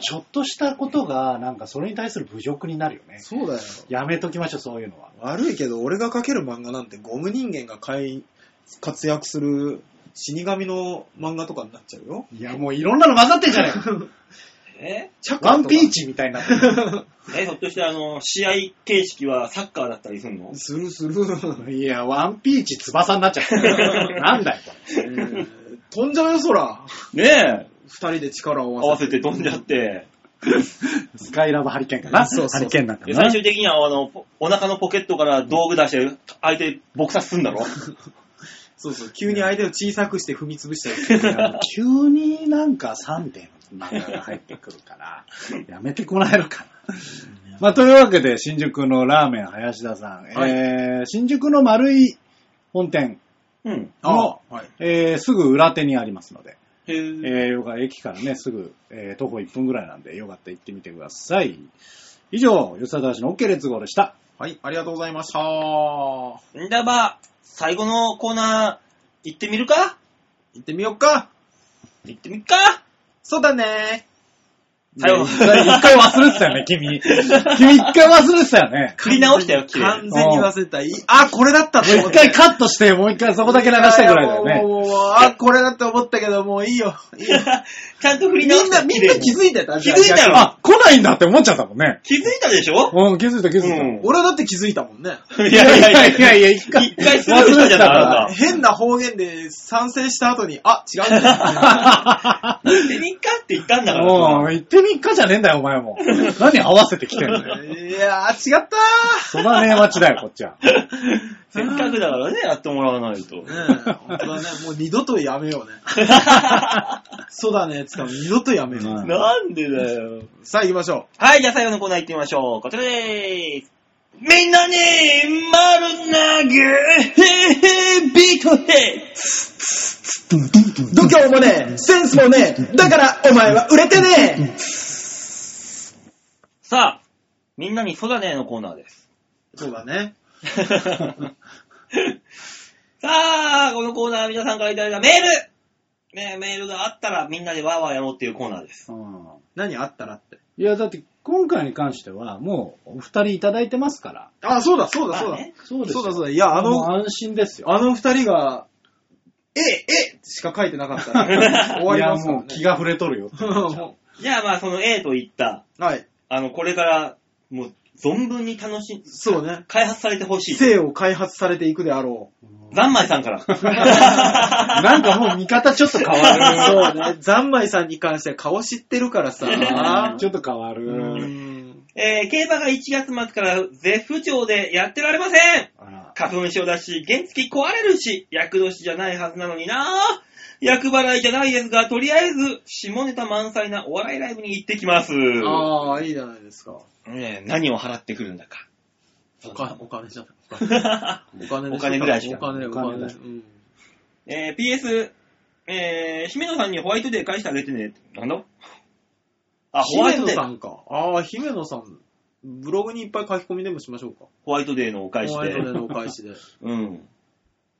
C: ちょっとしたことが、なんかそれに対する侮辱になるよね。
B: そうだよ。
C: やめときましょう、そういうのは。
B: 悪いけど、俺が描ける漫画なんてゴム人間が買い活躍する死神の漫画とかになっちゃうよ。
C: いや、もういろんなの混ざってんじゃねえか。
A: え
B: チャカ
C: ワ
B: と
C: ン
B: か
C: ピーチみたいになってる。
A: え、ひょっとしてあの、試合形式はサッカーだったりするの
B: するする。
C: いや、ワンピーチ翼になっ ちゃった。なんだよ、これ。
B: 飛んじゃうよ、空。
A: ねえ、
B: 二人で力を
A: 合
B: 合わ
A: わ
B: せ
A: せ
B: て。
A: て飛んじゃって。
C: スカイラブハリケーンかな。
B: そうそうそう
C: ハリケーンなんか
A: で
C: な。
A: 最終的にはあの、ポお腹のポケットから道具出して、相手撲殺すんだろ
B: そうそう、急に相手を小さくして踏み潰したりする。
C: 急になんか3点漫画が入ってくる から、やめてこらえるかな。まあ、というわけで、新宿のラーメン林田さん、
B: はい
C: えー、新宿の丸い本店、
A: うん。
B: ああ、 はい。
C: えー、すぐ裏手にありますので、
A: へ
C: え
A: え
C: ー、よか駅からね、すぐ、えー、徒歩1分ぐらいなんで、よかったら行ってみてください。以上、吉田氏の OK 列号でした。
B: はい、ありがとうございました。行
A: んだば、最後のコーナー、行ってみるか
B: ってみよっか。
A: 行ってみっか
B: そうだね。
A: さよう
C: 一回一回忘れてた よね、君。君一回忘れてたよね。
A: 振り直したよ、綺麗
B: 完
A: に
B: 全に忘れた。いあ、これだったと
C: も
B: 思
C: う
B: っ
C: 一
B: て。
C: 回カットして、もう一回そこだけ流したいぐらいだよね。
B: もうもうもうあ、これだって思ったけど、もういいよ。いいよ
A: ちゃんと振
B: み
A: り
B: ん
A: 直し
B: な、
A: た
B: みんな気
A: 気づ
B: づいてた
A: 気づいたよ
C: あ、来ないんだって思っちゃったもんね。
A: 気づいたでしょ
C: うん、気づいた気づい
A: う
C: た。
A: ん
B: 俺はだって気づいたもんね。
A: いやいやいやい や。
C: いや、一
A: 一回スルーしたじゃんあなた
B: 変な方言で賛成した後に、あ、違 うんだ。
A: 行ってみっかって言ったんだから
C: もう、
A: さ。
C: 行ってみっかじゃねえんだよ、お前も。何合わせてきてんのよ。
B: いやー、違った
C: そばねえ町だよ、こっちは。
A: せっかくだからね、やってもらわないと。
B: ー。ねえ、本当だね。もう二度とやめようね。そうだね、つか二度とやめよう。
C: う ん
A: なんでだよ。
B: さあ行きましょ
A: はい、じゃあ最後のコーナー行ってみましょう。こちらでーす。みんなに丸投げへへビートヘ
B: う。度胸もねえ、センスもねえ、だからお前は売れてねえ。
A: さあ、みんなにソダネのコーナー です。
B: そうだね。
A: さあ、このコーナーは皆さんからいただいたメールねメールがあったらみんなでワーワーやろうっていうコーナーです。
C: うん
B: 何あったらって。
C: いや、だって、今回に関しては、もう、お二人いただいてますから。
B: あ、そうだ、そうだ、そう
A: まあ
B: だ。
A: ね
C: そう
B: そうだ、そう
C: だ。
B: だ。いや、あ
C: あの、
B: の、
C: 安心ですよ。
B: あの二人が、え、えしか書いてなかった ら、終わ
C: い
B: り
C: や、
B: ますから、
C: もう
B: ね。
C: 気が触れとるよ。
B: も
A: じゃあまあその A と言った、
B: うはい。
A: あの、これからもう存分に楽しん、
B: そうね。
A: 開発されてほしい。
B: 性を開発されていくであろ う。
A: ざんまいさんから。
C: なんかもう見方ちょっと変
B: そ
C: わ
B: うね。ざんまいさんに関しては顔知ってるからさ。
C: る。ちょっと変 わ
B: う
C: る。
B: ん。
A: えー、競馬が1月末から絶不調でやってられません
C: あら
A: 花粉症だし、原付壊れるし、厄年じゃないはずなのにな厄払いじゃないですが、とりあえず、下ネタ満載なお笑いライブに行ってきます。
B: ああ、いいじゃないですか。
A: ねえ何を払ってくるんだか。
B: お金、お金じ ゃない。
A: え
B: お金でしょ
A: お金ぐらいしか
B: お金、お
C: お金
B: 金。
C: だ
B: うん
A: ー PS、えー、姫野さんにホワイトデー返してあげてね。なんだあ、ホワイト
B: 姫野
A: デ
B: さ
A: ー。
B: んか。ああ、姫野さん。ブログにいっぱい書き込みでもしましょうか。
A: ホワイトデーのお返し
B: ホワイ
A: で
B: ト。デーのお返 しで。
A: うん。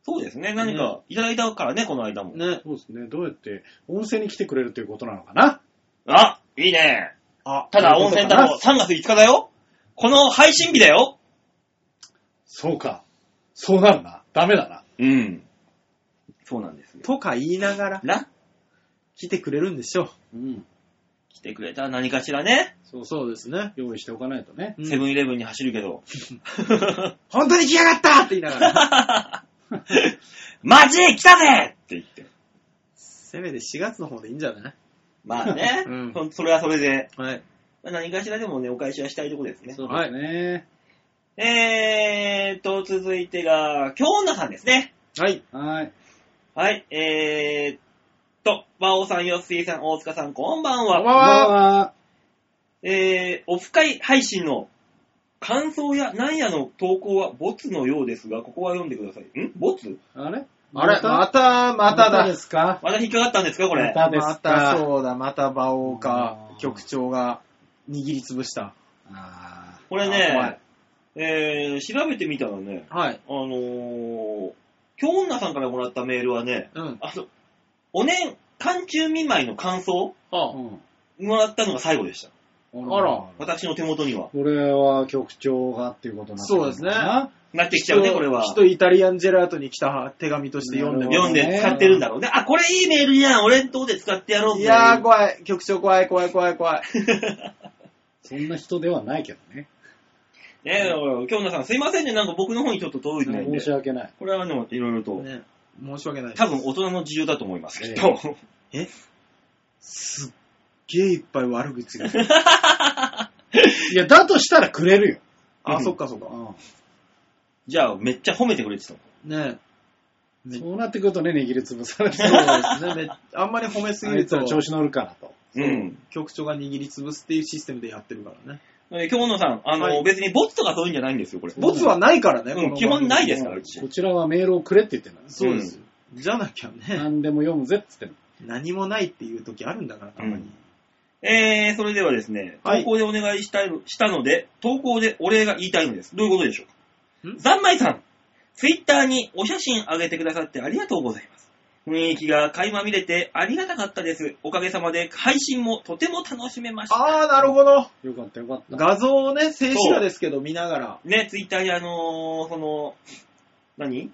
A: そうですね。何かいただいたからね、この間も。
B: ね。
C: そうですね。どうやって、温泉に来てくれるということなのかな
A: あ、いいね。
B: あ、
A: ただ温泉だろ。3月5日だよ。この配信日だよ。
C: そうか。そうなるな。ダメだな。
A: うん。そうなんですよ。
B: とか言いながら
A: な、
B: 来てくれるんでしょ
C: うん。
A: 来てくれたら何かしらね。
B: う。そうですね。
C: 用意しておかないとね。
B: うん
A: セブンイレブンに走るけど。
B: 本当に来やがったって言いながら。
A: マジ来たぜって言って。
B: せめて4月の方でいいんじゃない
A: まあ ね、
B: うん
A: ほんそれはそれで、
B: はい。
A: まあ何かしらでもね、お返しはしたいとこですね。
C: そうですね。
A: えーっと、続いてが、京女さんですね。
B: はい。
C: はい。
A: はい、えーっと、馬王さん、よっすーさん、大塚さん、こんばんは。
B: こんばんは
A: えー、オフ会配信の感想やなんやの投稿はボツのようですが、ここは読んでください。んボツ
C: あれ
B: あれ、また、まただ
C: で。すか
A: また引っかかったんですか、これ。
C: またですか
B: またそうだ、また馬王か
C: う、ん
B: 局長が握りつぶした。
C: あ
A: これね、えー、調べてみたらね、
B: はい。
A: あのー、京女さんからもらったメールはね、
B: うん。
A: あの、お年、寒中見舞いの感想
C: ー
B: は
C: うん
A: もらったのが最後でした。
B: あら
A: 私の手元には。
C: これは局長がっていうことになって
B: そうですね
A: なってきちゃうね、これは。
B: 人イタリアンジェラートに来た手紙として読んで
C: な
B: ま
C: るほ
A: 読
C: ど
A: んで使ってるんだろうね。あ、これいいメールじゃん。俺んとこで使ってやろう
B: す。
A: ぜ
B: いやー、怖い。局長怖い、怖い、怖い、怖い。
C: そんな人ではないけどね。
A: ねえ、京奈さん、すいませんね。なんか僕の方にちょっと届いてないんで
C: 申し。訳ない。
A: これはね、いろいろと、
B: ね、申し訳ない。
A: 多分大人の事情だと思い ますけど。
B: すっげえいっぱい悪口 が。
C: いや、だとしたらくれるよ。
B: あ、そっかそっか。
C: う
A: じゃあ、めっちゃ褒めてくれてたの。
B: ね
C: ん、
B: め
C: そうなってくるとね、握りつぶされて
B: そうですね。めあんまり褒めすぎ
C: あい
B: る
C: つ
B: と
C: ら、調子乗るからと。
A: うん。
B: 局長が握りつぶすっていうシステムでやってるからね。
A: えー京野さん、あの、
B: はい
A: 別にボツとかそういうんじゃないんですよ、これ。
B: ボツはないからね。
A: うん
B: この番組
A: 基本ないですから
B: う
A: うんち
C: こちらはメールをくれって言ってるんだね
B: そうです。じゃなきゃ ね、
C: 何でも読むぜって言って
B: 何もないっていう時あるんだから、たまに。
A: えー、それではですね、
B: はい
A: 投稿でお願いしたいのしたので、投稿でお礼が言いたいのです。どういうことでしょうか
B: ん
A: ざんまいさん、ツイッターにお写真あげてくださってありがとうございます。雰囲気が垣間見れてありがたかったです。おかげさまで配信もとても楽しめました。
B: あー、なるほど。
C: る。よかったよかった。
B: 画像をね、静止画ですけど見ながら、
A: ね、ツイッターにあのーその、何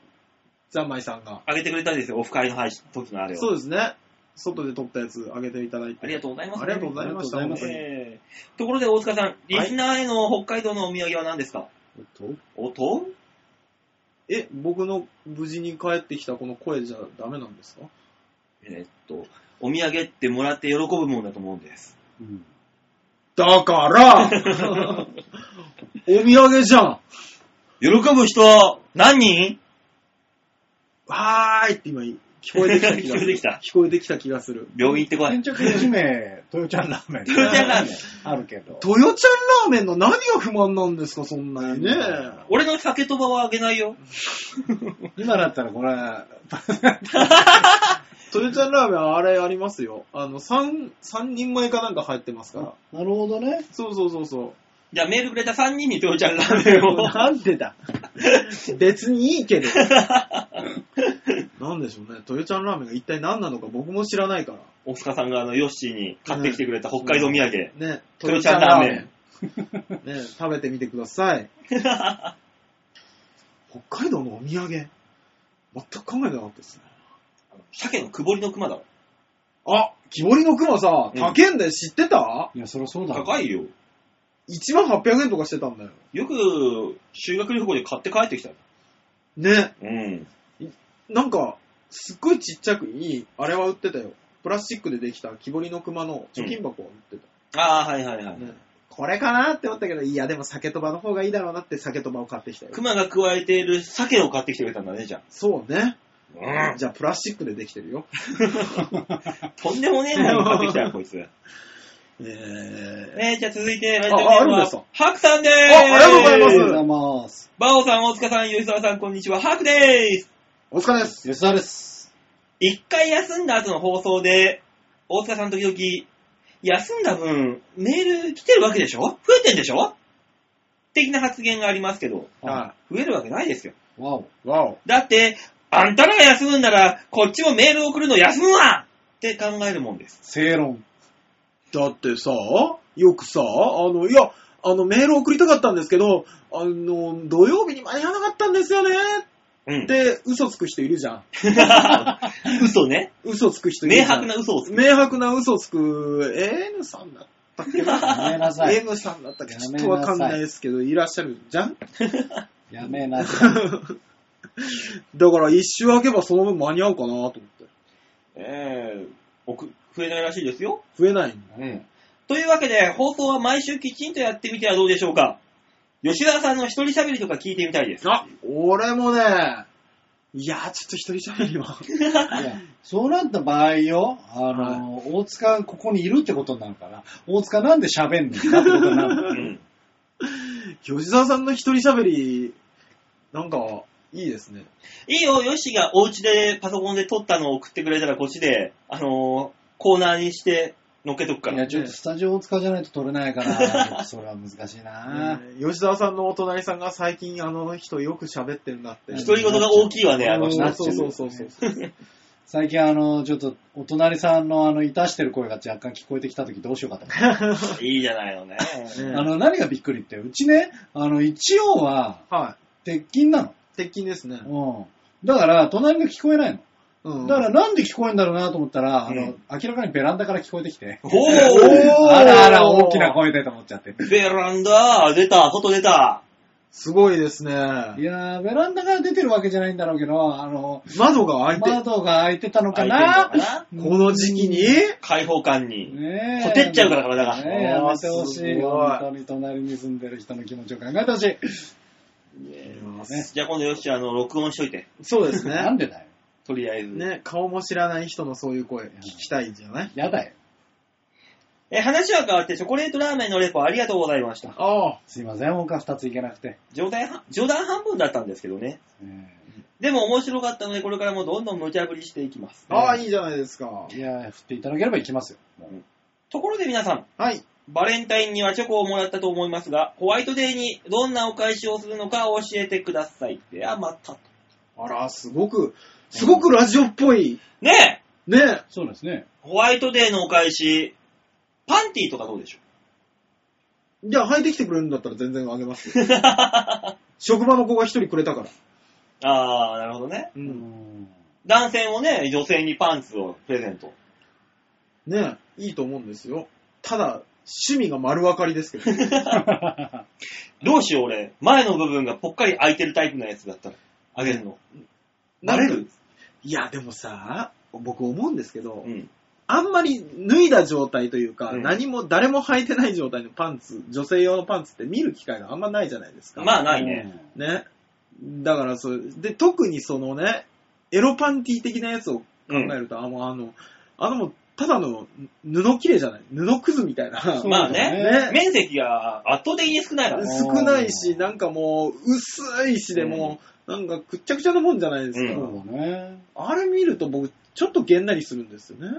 B: ざんまいさんが。
A: あげてくれたんですよ、オフ会の配信時のあれを。
B: そうですね。外で撮ったやつあげていただいて。
A: ありがとうございます、
B: ありがとうございました。
C: ありがとうございます
B: 本
A: えーところで大塚さん、リスナーへの北海道のお土産は何ですか、
C: えっと
A: おと
B: 当にえ、僕の無事に帰ってきたこの声じゃダメなんですか
A: えーっと、お土産ってもらって喜ぶもんだと思うんです。
C: うん
B: だから お土産じゃん
A: 喜ぶ人、何人
B: わーいって今聞こえてきた気がす
A: 聞こえて
B: る。
A: きた
B: 聞こえてきた気がする。
A: 病院行ってこい。
C: 先着1名、トヨちゃんラーメン
A: トヨちゃんラーメン。
C: あるけど。
B: トヨちゃんラーメンの何が不満なんですか、そんなにね。
A: 俺の酒とばはあげないよ。
C: 今だったらこれ、
B: トヨちゃんラーメンあれありますよ。あの、3、三人前かなんか入ってますから。
C: なるほどね。
B: そうそうそうそう。
A: じゃあメールくれた3人にトヨちゃんラーメンを。
B: なんでだ別にいいけど。なんでしょうね。トヨちゃんラーメンが一体何なのか僕も知らないから。
A: 大塚さんがあの、ヨッシーに買ってきてくれた北海道土産。
B: ね、
A: トヨちゃんラーメン
B: ン。ね、食べてみてください。北海道のお土産、全く考えてなかったですね。
A: 鮭のくぼりの熊だわ。
B: あ、木彫りの熊さ、
A: うん
B: 高えんだよ、知ってた
C: いや、そりゃそうだ。
A: 高いよ。
B: ?1800 円とかしてたんだよ。
A: よく、修学旅行で買って帰ってきたよ。
B: ね、
A: うん。
B: なんか、すっごいちっちゃくいい、あれは売ってたよ。プラスチックでできた木彫りの熊の貯金箱を売ってた。
A: ああ、はいはいはい。
B: ねこれかなって思ったけど、いや、でも酒とばの方がいいだろうなって酒とばを買ってきたよ。
A: 熊がくわえている鮭を買ってきてくれたんだね、じゃ
B: そうね。
A: あ。
B: じゃあ、プラスチックでできてるよ。
A: とんでもねえもの買ってき たよ、こいつ。
B: えー、
A: えー、じゃあ続いて、ラジオネ
B: あ
A: ーム
B: あるんで
A: は
B: すか、
A: ハクさんでーす。
B: あありがとうございます
C: ありがとうございます。
A: バオさん、大塚さん、吉沢さん、こんにちは。ハクでーす。
B: お疲れです。
C: 吉沢です。
A: 一回休んだ後の放送で、大塚さん時々、休んだ分、メール来てるわけでしょ増えてんでしょ的な発言がありますけど、
B: は
A: 増えるわけないですよ。
C: い。わお。
B: い。わお。
A: だって、あんたらが休むんなら、こっちもメール送るの休むわって考えるもんです。
C: 正論。
B: だってさ、よくさ、あの、いや、あの、メール送りたかったんですけど、あの、土曜日に間に合わなかったんですよね
A: うん
B: っ。て、嘘つく人いるじゃん。
A: 嘘ね。
B: 嘘つく人いるじ
A: 明
B: ゃん。
A: 白な嘘をつく。
B: 明白な嘘つく、N さんだったっけな
C: やめなさい。
B: M さんだったっけちょっとわかんないですけど、いらっしゃるじゃん
C: やめなさい。
B: だから一周空けばその分間に合うかなと思って。
A: えー、送増えないらしいですよ。
B: 増えないんだ。
C: うん。
A: というわけで、放送は毎週きちんとやってみてはどうでしょうか。吉田さんの一人喋りとか聞いてみたいです。
B: あ、俺もね、いやー、ちょっと一人喋りは。
C: いや、そうなった場合よ、あの、大塚がここにいるってことになるから、大塚なんで喋んのかってことにな
A: う
C: る。
A: ん。
B: 吉沢さんの一人喋り、なんか、いいですね。
A: いいよ、ヨッシーがお家でパソコンで撮ったのを送ってくれたらこっちで、あのーコーナーにして乗っけとくか
C: い
A: ら
C: や、。ちょっとスタジオ大塚じゃないと撮れな いから、それは難しいな。
B: ね吉沢さんのお隣さんが最近あの人よく喋ってるんだって。
C: うん
A: 独り言が大きいわね、あの
B: そう
A: 人。
B: そうそうそう。
C: 最近あの、ちょっと、お隣さんのあの、いたしてる声が若干聞こえてきた時どうしようかと思って。
A: いいじゃないのね。
B: ね
C: あの、何がびっくりって、うちね、あの、一応は、
B: は
C: 鉄筋なの。
B: い。鉄筋ですね。
C: うん。だから、隣が聞こえない
B: うん
C: の。だから、なんで聞こえるんだろうなと思ったら、あ
A: う
C: の
A: ん、
C: 明らかにベランダから聞こえてきて、
A: おー
B: おー
C: あらあら、大きな声でと思っちゃって。
A: ベランダ出た外出た
B: すごいですね。
C: いやー、ベランダから出てるわけじゃないんだろうけど、あの、
B: 窓が開いて、
C: 窓が開いてたのか
A: 開い
C: な
A: てんのかな
B: この時期に
A: 開放感に。
C: ねえ。
A: ほてっちゃうから体が
C: ねえ、やめて
B: あ
C: ほし
B: ーすご
C: い。
B: い
C: 本当に隣に住んでる人の気持ちを考えてほしい。ね
A: じゃあ今度よし、あの、録音しといて。
B: そうです
C: なん
B: ね。
C: でだよ。
A: とりあえず。
B: ね、顔も知らない人のそういう声聞きたいんじゃない
C: やだよ。
A: え、話は変わって、チョコレートラーメンのレポありがとうございました。
B: ああ。
C: すいません、他二つ行けなくて。
A: 冗談は、冗談半分だったんですけどね。
C: ね
A: でも面白かったので、これからもどんどん無茶ぶりしていきます。
B: ああ、いいじゃないですか
C: え。いや、振っていただければ行きますよ。
A: ところで皆さん、
B: はい。
A: バレンタインにはチョコをもらったと思いますが、ホワイトデーにどんなお返しをするのか教えてください。ではまた。
B: あら、すごく、すごくラジオっぽい。
A: ねえ
B: ね。
C: そうですね。
A: ホワイトデーのお返し、パンティーとかどうでしょ
B: じゃあ履いてきてくれるんだったら全然あげますよ。
A: うあ
B: 職場の子が一人くれたから。
A: あー、なるほどね。
B: う。
C: うんん。
A: 男性もね、女性にパンツをプレゼント。
B: ね、いいと思うんですよ。ただ、趣味が丸分かりですけ ど。
A: どうしよう俺、前の部分がぽっかり空いてるタイプのやつだったら、あげるの。バレる
B: いや、でもさ、僕思うんですけど、
A: うん。
B: あんまり脱いだ状態というか、
A: うん
B: 何も、誰も履いてない状態のパンツ、女性用のパンツって見る機会があんまないじゃないですか。
A: まあないね。
B: ね。だからそう、で、特にそのね、エロパンティ的なやつを考
A: う
B: え
A: ん。
B: ると、あの、あの、あのもう、ただの布切れじゃない布くずみたいな。
C: そう
A: まあ
B: ね
A: ね、面積が圧倒的に少ないからね。
B: 少ないし、なんかもう、薄いしでも、なんかくっちゃくちゃなもんじゃないです
C: う
B: か。
C: ん。そうだね。
B: あれ見ると僕、ちょっとげんなりするんですよね。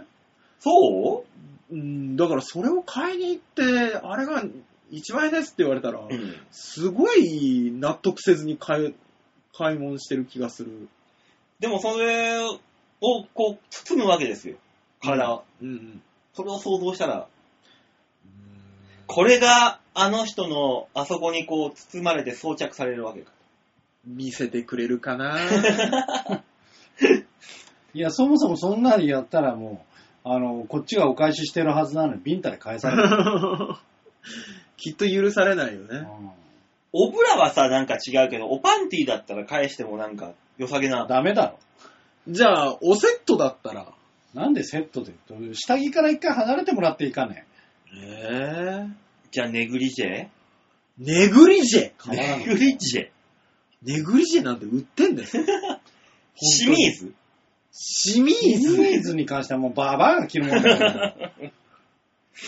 A: そう
B: うん、だからそれを買いに行って、あれが1万円ですって言われたら、
A: うん。
B: すごい納得せずに買い、買い物してる気がする。
A: でもそれをこう包むわけですよ。体を。
B: うん。
A: それを想像したら、これがあの人のあそこにこう包まれて装着されるわけか。
B: 見せてくれるかな
C: いや、そもそもそんなにやったらもう、あの、こっちがお返ししてるはずなのに、ビンタで返さ れる。
B: きっと許されないよね。
A: オブラはさ、なんか違うけど、おパンティだったら返してもなんか良さげ
C: うん
A: な。
C: ダメだろ。
B: じゃあ、おセットだったら。
C: なんでセットで下着から一回離れてもらっていいかね。
B: えぇ、
A: じゃあ、ネグリジェ
B: ネグリジェ
C: 変わらん
A: ネグリジェ
B: ネグリジェなんて売ってんですよ。
A: シミーズ
B: シミ
C: シ
B: ーズ
C: ミーズに関してはもうバーバーが着るもんだから。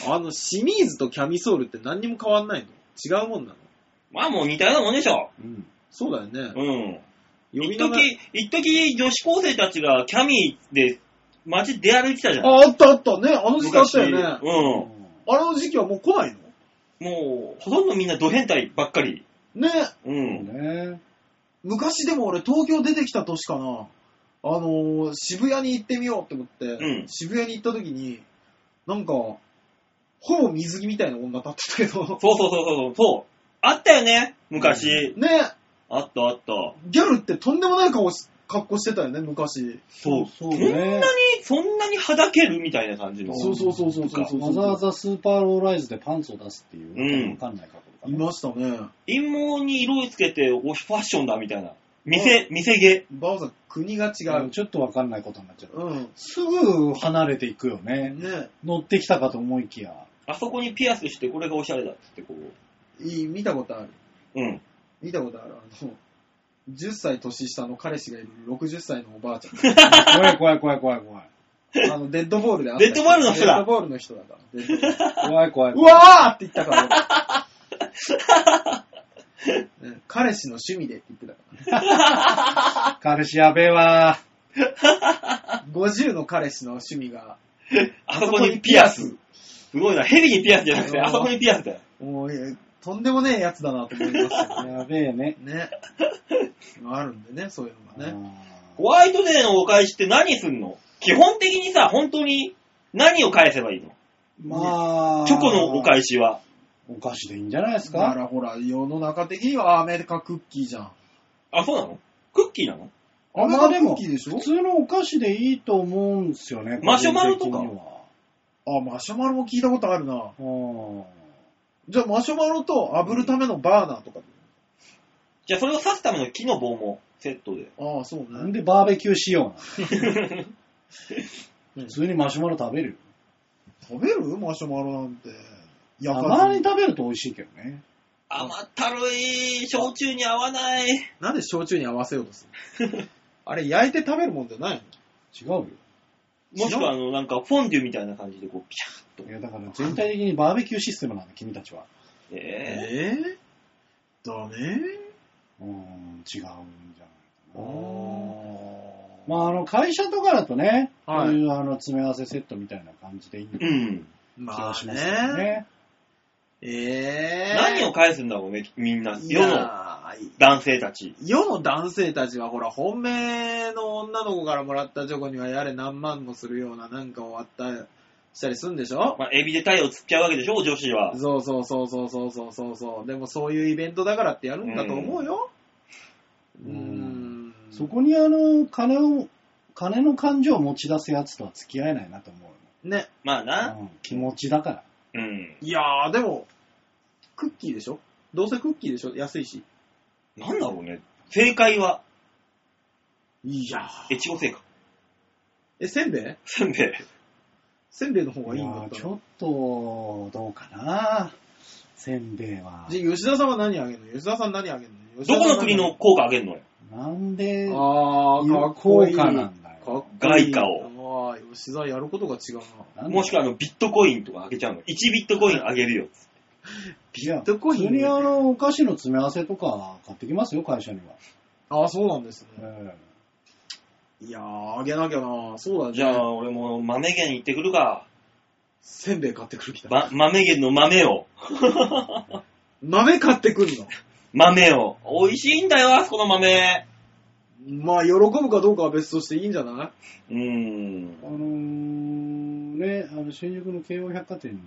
B: あの、シミーズとキャミソールって何にも変わんないの違うもんなの
A: まあもう似たようなもんでしょ。
C: うん。
B: そうだよね。
A: うん。
B: 呼
A: 一
B: び名が
A: 時、一時女子高生たちがキャミーで街出歩いてたじゃん。
B: あ、あったあったね。あの時期あったよね。
A: 昔うん。
B: あの時期はもう来ないの
A: もう、ほとんどみんなド変態ばっかり。
B: ね。
A: う
C: うん
A: ん。
C: ね。
B: 昔でも俺東京出てきた年かな。あのー渋谷に行ってみようって思って、
A: うん
B: 渋谷に行った時に、なんか、ほぼ水着みたいな女立ってた けど。
A: そうそうそうそうそう。あったよね昔、
B: ね。
A: あったあった。
B: ギャルってとんでもない顔し、格好してたよね、昔。
A: そう。
C: そ
A: そうう
C: ね
A: そんなに、そんなにはだけるみたいな感じの。
B: そうそうそうそうそうそう。
C: わざわざスーパーローライズでパンツを出すっていうう、
A: ん
C: わかんない角度か
B: い
C: ら、ね。
B: ましたね。
A: 陰謀に色をつけて、おファッションだみたいな。店、店毛。
B: バオさん、国が違う。
C: ちょっとわかんないことになっちゃう。
B: うん。
C: すぐ離れていくよね。
B: ね。
C: 乗ってきたかと思いきや。
A: あそこにピアスして、これがおしゃれだっつってこう。
B: いい、見たことある。
A: うん。
B: 見たことある。あの、10歳年下の彼氏がいる60歳のおばあち ゃん。
C: 怖い怖い怖い怖い怖い。
B: あの、デッドボールであ
A: デッドボールの人だ
B: デッドボールの人だから。デッドボール
C: 怖い怖い怖い。
B: うわーって言ったから。 ね彼氏の趣味でって言ってたか
C: 彼氏やべえわ。
B: ら。50の彼氏の趣味が、
A: あそこにピアス。すごいな。ヘビにピアスじゃなくて、
B: うん
A: あそこにピアスだよ。
B: もう、えとんでもねえやつだなと思い ましたよね。
C: やべえね。
B: ね。あるんでね、そういうのがね。
C: あー
A: ホワイトデーのお返しって何すんの基本的にさ、本当に何を返せばいいの
C: まあ、
A: チョコのお返しは。
C: お菓子でいいんじゃないです
B: だか
C: か。
B: らほら、世の中的にはアメリカクッキーじゃん。
A: あ、そうなのクッキーなの
B: アメリ
C: まあ
B: カク
C: でも
B: ッキーでしょ
C: 普通のお菓子でいいと思うんですよね。
A: マシュマロとか
C: 個人的には
B: あ、マシュマロも聞いたことあるな。
C: うん
B: じゃあマシュマロと炙るためのバーナーとか。
A: じゃあそれを刺すための木の棒もセットで。
B: ああ、そう
C: な
B: ね
C: ん。でバーベキュー仕様なの普通にマシュマロ食べる。
B: 食べるマシュマロなんて。や
C: たま
B: かず
C: に
B: に。
C: 食べると美味しいけどね。
A: 甘ったるい、焼酎に合わない。
B: なんで焼酎に合わせようとする あれ、焼いて食べるもんじゃない
C: 違うよ。
A: もしくはあの、なんかフォンデュみたいな感じでこう、ピシャッと
C: い。や、だから全体的にバーベキューシステムなんだ、君たちは。
B: の
A: え
B: ええだね。
C: うーん、違うんじゃないかな。
B: あ
C: まあ、あの、会社とかだとね、
B: はい
C: こういうあの詰め合わせセットみたいな感じでいい
A: ー、うん。
C: 気
B: ま
C: が
B: あ
C: しますけど
B: ね。
C: ね。
B: ええ
A: 何を返すんだろうね、みんな。
B: い
A: 世の
B: やー
A: 男性たち。
B: 世の男性たちはほら、本命の女の子からもらったチョコにはやれ何万もするようななんかをあったしたりするんでしょ
A: まあ、エビで太陽つっちゃうわけでしょ、女子は。
B: そうそうそうそうそうそうそうそう。でもそういうイベントだからってやるんだと思うよ。う
C: う
B: ー
C: ん
B: ん。
C: そこにあの、金を、金の感情を持ち出すやつとは付き合えないなと思うよ。
B: ね。
A: まあな。
C: うん気持ちだから。
A: うん。
B: いやー、でも、クッキーでしょどうせクッキーでしょ安いし。
A: なんだろうね。正解は、
B: いやー。
A: 越後製菓。
B: え、せんべい
A: せんべい。
B: せんべいの方がいいん
C: い
B: だ
C: や
B: っ
C: ー
B: た
C: ち
B: ら。
C: ょっと、どうかな。せんべいは。
B: じゃあ吉田さんは何あげるの吉田さん何あげるの
A: どこの国の効果あげんのよ。
C: なんで、
B: あー、かっこ
C: 効
B: いい。
C: 果なんだ
B: かっ
C: よ。
B: こい
A: 外
B: い
A: 貨を
B: ああ、吉沢やることが違うな。
C: なんで
A: もしくはあの、ビットコインとかあげちゃうの。1ビットコインあげるよ。
C: いや
B: ットコイン
C: 普通にあの、お菓子の詰め合わせとか買ってきますよ、会社には。
B: ああ、そうなんですね。
C: え
B: いやー、あげなきゃな。そうだね。
A: じゃあ、俺も豆源行ってくるか。
B: せんべい買ってくる気だ。
A: ば豆源の豆を。
B: 豆買ってくるの。
A: 豆を。美味しいんだよ、あそこの豆。
B: まあ、喜ぶかどうかは別としていいんじゃな
A: うーん
C: え。あのー、ね、あの、新宿の京王百貨店に、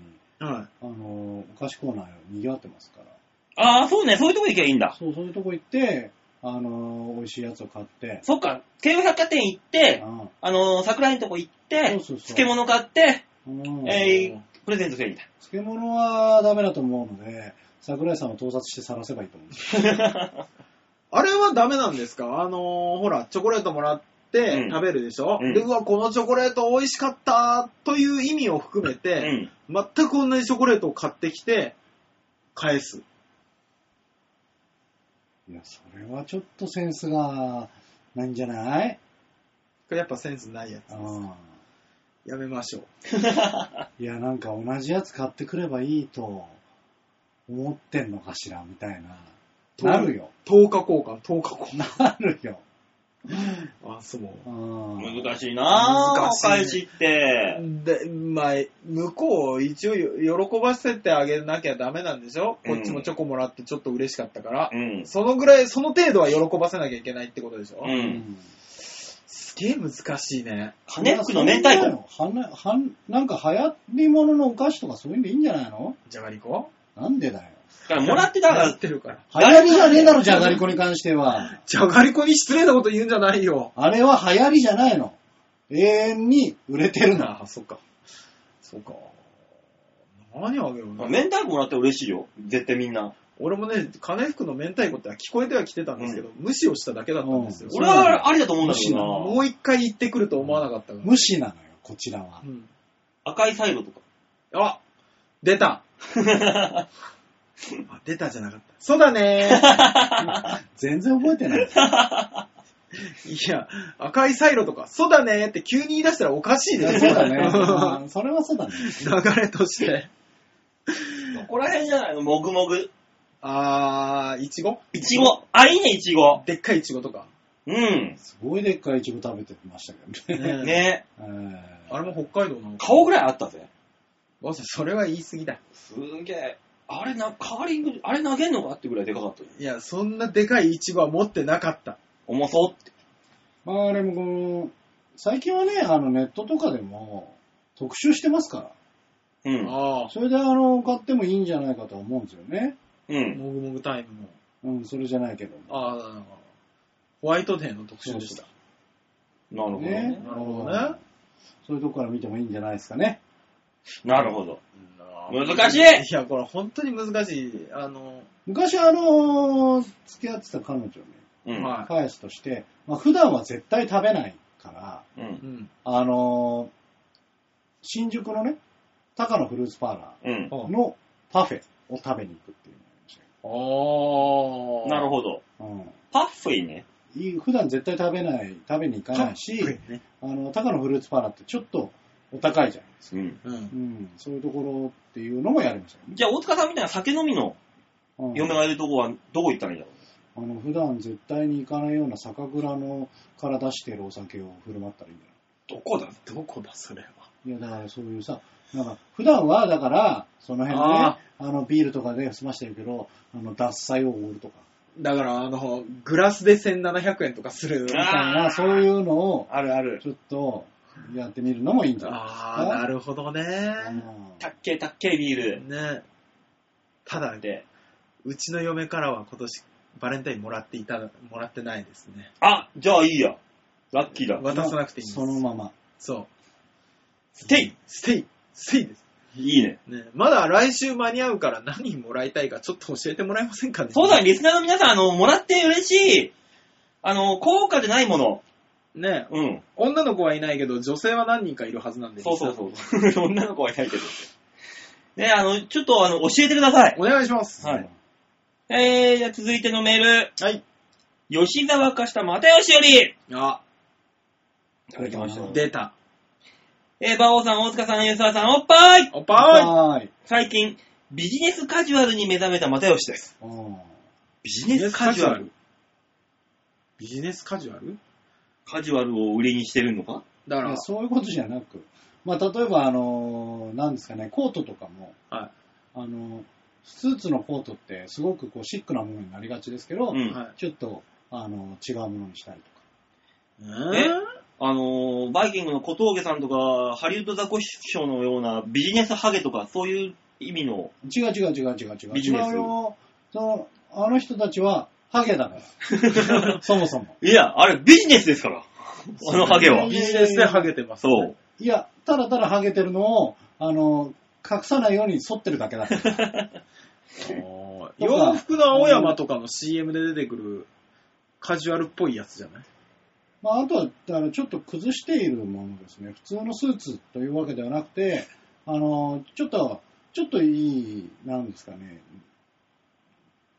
B: いは
C: あのー、お菓子コーナー賑わってますから。
A: ああ、そうね、そういうとこ行けばいいんだ。
C: そう、そういうとこ行って、あのー、美味しいやつを買って、
A: そっか、京王百貨店行っ
C: う
A: て、
C: ん
A: あのー桜井のとこ行って、
C: そうそうそう
A: 漬物買って、
C: うん
A: えープレゼントすればいいんだ。
C: 漬物はダメだと思うので、桜井さんを盗撮して晒せばいいと思うんです
B: あれはダメなんですかあのー、ほら、チョコレートもらって
A: うん
B: 食べるでしょ、
A: うん
B: で、うわ、このチョコレート美味しかったという意味を含め
A: う
B: て、
A: ん。
B: 全く同じチョコレートを買ってきて、返す。
C: よ。いや、それはちょっとセンスがないんじゃない
B: これやっぱセンスないやつ
C: う
B: です。
C: ん。
B: やめましょう。
C: いや、なんか同じやつ買ってくればいいと思ってんのかしら、みたいな。なるよ。
B: 10日交換、10日交換。
C: なるよ。
B: あ、そう。
C: うん。
A: 難しいなぁ、
B: 難
A: お
B: しいね
A: 返しって。
B: で、まあ、向こうを一応喜ばせてあげなきゃダメなんでしょ、
A: うん
B: こっちもチョコもらってちょっと嬉しかったから
A: う。ん。
B: そのぐらい、その程度は喜ばせなきゃいけないってことでしょ、
A: う。
C: うん
B: すげえ難しいね。
A: 金服の明太子。
C: 子はなはんなんか流行り物のお菓子とかそういうのでいいんじゃないの
B: じゃがりこ
C: なんでだよ。
A: だからもらってた
B: や
A: ら
B: っ、てるから。
C: 流行りじゃねえだろ、じゃがりこに関しては。
B: じゃがりこに失礼なこと言うんじゃないよ。
C: あれは流行りじゃないの。永遠に売れてるの。
B: ああ、そっか。そっか。何あげようね。
A: 明太子もらったら嬉しいよ。絶対みんな。
B: 俺もね、金服の明太子って聞こえてはきてたんですけど、無視をしただけだったんですよ。
C: うん
A: 俺はありだと思うんだけど
B: も
A: な
B: う一回行ってくると思わなかったから。
C: 無視なのよ、こちらは
B: う。ん
A: 赤いサイロと か。
B: あ出たあ出たじゃなかった。そうだねー。
C: 全然覚えてない。
B: いや、赤いサイロとか、そうだねーって急に言い出したらおかしい
C: い
B: で
C: や
B: す
C: そう
B: よ
C: だね。 うんそれはそうだね。
B: 流れとして。
A: ここら辺じゃないのもぐもぐ。
B: あー、いちご
A: いちご。あ、いいね、いちご。
B: でっかいいちごとか。
A: うん。
C: すごいでっかいイチゴ食べてましたけどね。
B: ね
A: ね
C: えー
B: あれも北海道なのか。
A: 顔ぐらいあったぜ。
B: わざそれは言い過ぎだ。
A: すげえ。あれな、カーリング、あれ投げんのかってぐらいでかかったよ。
B: いや、そんなでかいいちごは持ってなかった。
A: 重そうって。
C: まあでもこの、最近はね、あの、ネットとかでも特集してますか
A: うん。
B: ああ
C: ら。、それで、あの、買ってもいいんじゃないかと思うんですよね。
A: うん。
B: もぐもぐタイムも。
C: うん、それじゃないけども。
B: ああ、ホワイトデーの特集でした。
A: なるほどね。
B: なるほどね。
C: そういうとこから見てもいいんじゃないですかね。
A: なるほど。
B: うん
A: 難しい
B: いや、これ本当に難しい。あの、
C: 昔、あのー付き合ってた彼女をね、
A: うん。
B: は
C: 返すとして、まあ、普段は絶対食べないから、
A: うん
B: い。。うん。
C: あのー新宿のね、高野フルーツパーラ
A: うん。
B: あ
C: ーのパフェを食べに行くっていうのがありましたよ
B: ああ。
A: なる
B: ど。
A: ほど。
C: うん
A: パフェね。
C: いい普段絶対食べない、食べに行かないし、あの、高野フルーツパーラーってちょっとお高いじゃないですか。
A: うん。
B: うん
C: う。ん、そういうところっていうのもやりましたよね。
A: じゃあ、大塚さんみたいな酒飲みの
C: うん
A: 嫁がいるとこは、どこ行ったらいいんだろ
C: あの普段絶対に行かないような酒蔵のから出してるお酒を振る舞ったらいいんだよ。
A: う。どこだ
B: どこだ、それは。
C: いや、だからそういうさ、なんか普段はだから、その辺でね、
B: あ
C: あのビールとかで済ましてるけど、あの脱菜をおごるとか、
B: だから、あの、グラスで1700円とかする。
A: あ
C: みたい
A: あ
C: な、
A: ー
C: そういうのを
A: あるある。
C: ちょっとやってみるのもいいんじゃないです
B: ああ、なるほど
C: か。
B: ね。
A: たっけえたっけえビール。
B: ね。ただで、
A: で、
B: うちの嫁からは今年バレンタインもらっていた、もらってないですね。
A: あ、じゃあいいや。ラッキーだ。
B: 渡さなくていいんです。
C: そのまま。
B: そう。
A: ステイ
B: ステイステイです。
A: いいね。
B: ね、まだ来週間に合うから何もらいたいかちょっと教えてもらえませんかね。
A: そうだね、リスナーの皆さん、あの、もらって嬉しい、あの、高価でないもの。
B: ね。
A: うん。
B: 女の子はいないけど、女性は何人かいるはずなんで。
A: そうそうそう。女の子はいないけど。ね、あの、ちょっと、あの、教えてください。
B: お願いします。
A: はい。えー、じゃあ続いてのメール。
B: はい。
A: 吉沢化した又吉より。い
B: あ、
A: ただきました。
B: 出た。
A: えー、馬王さん、大塚さん、吉沢さん、おっぱい
B: おっぱ
C: はい。
A: 最近、ビジネスカジュアルに目覚めた又吉です。
C: うん
A: ビジ
B: い
A: ネスカジュアル
B: ビジネスカジュアル
A: カジュアルを売りにしてるのか
B: だから
C: いや、そういうことじゃなく、まあ、例えば、あのー、なんですかね、コートとかも、
B: は
C: あのー、スーツのコートってすごくこうシックなものになりがちですけど、
A: うん。
B: は
C: ちょっと、あのー、違うものにしたりとか。
B: い。うん
A: えあのーバイキングの小峠さんとか、ハリウッドザコシショウのようなビジネスハゲとか、そういう意味の、
C: 違う違う違う違う違う。
A: ビジネス
C: 違うよ。その、あの人たちは、ハゲ だから。そもそも。
A: いや、あれビジネスですから、あのハゲは
B: ビ。ジネスでハゲてます、
A: そう。。
C: いや、ただただハゲてるのを、あのー、隠さないように剃ってるだけだから。
B: 洋服の青山とかの CM で出てくるカジュアルっぽいやつじゃない
C: まあ、あとはあのちょっと崩しているものですね。普通のスーツというわけではなくて、あの、ちょっと、ちょっといい、なんですかね、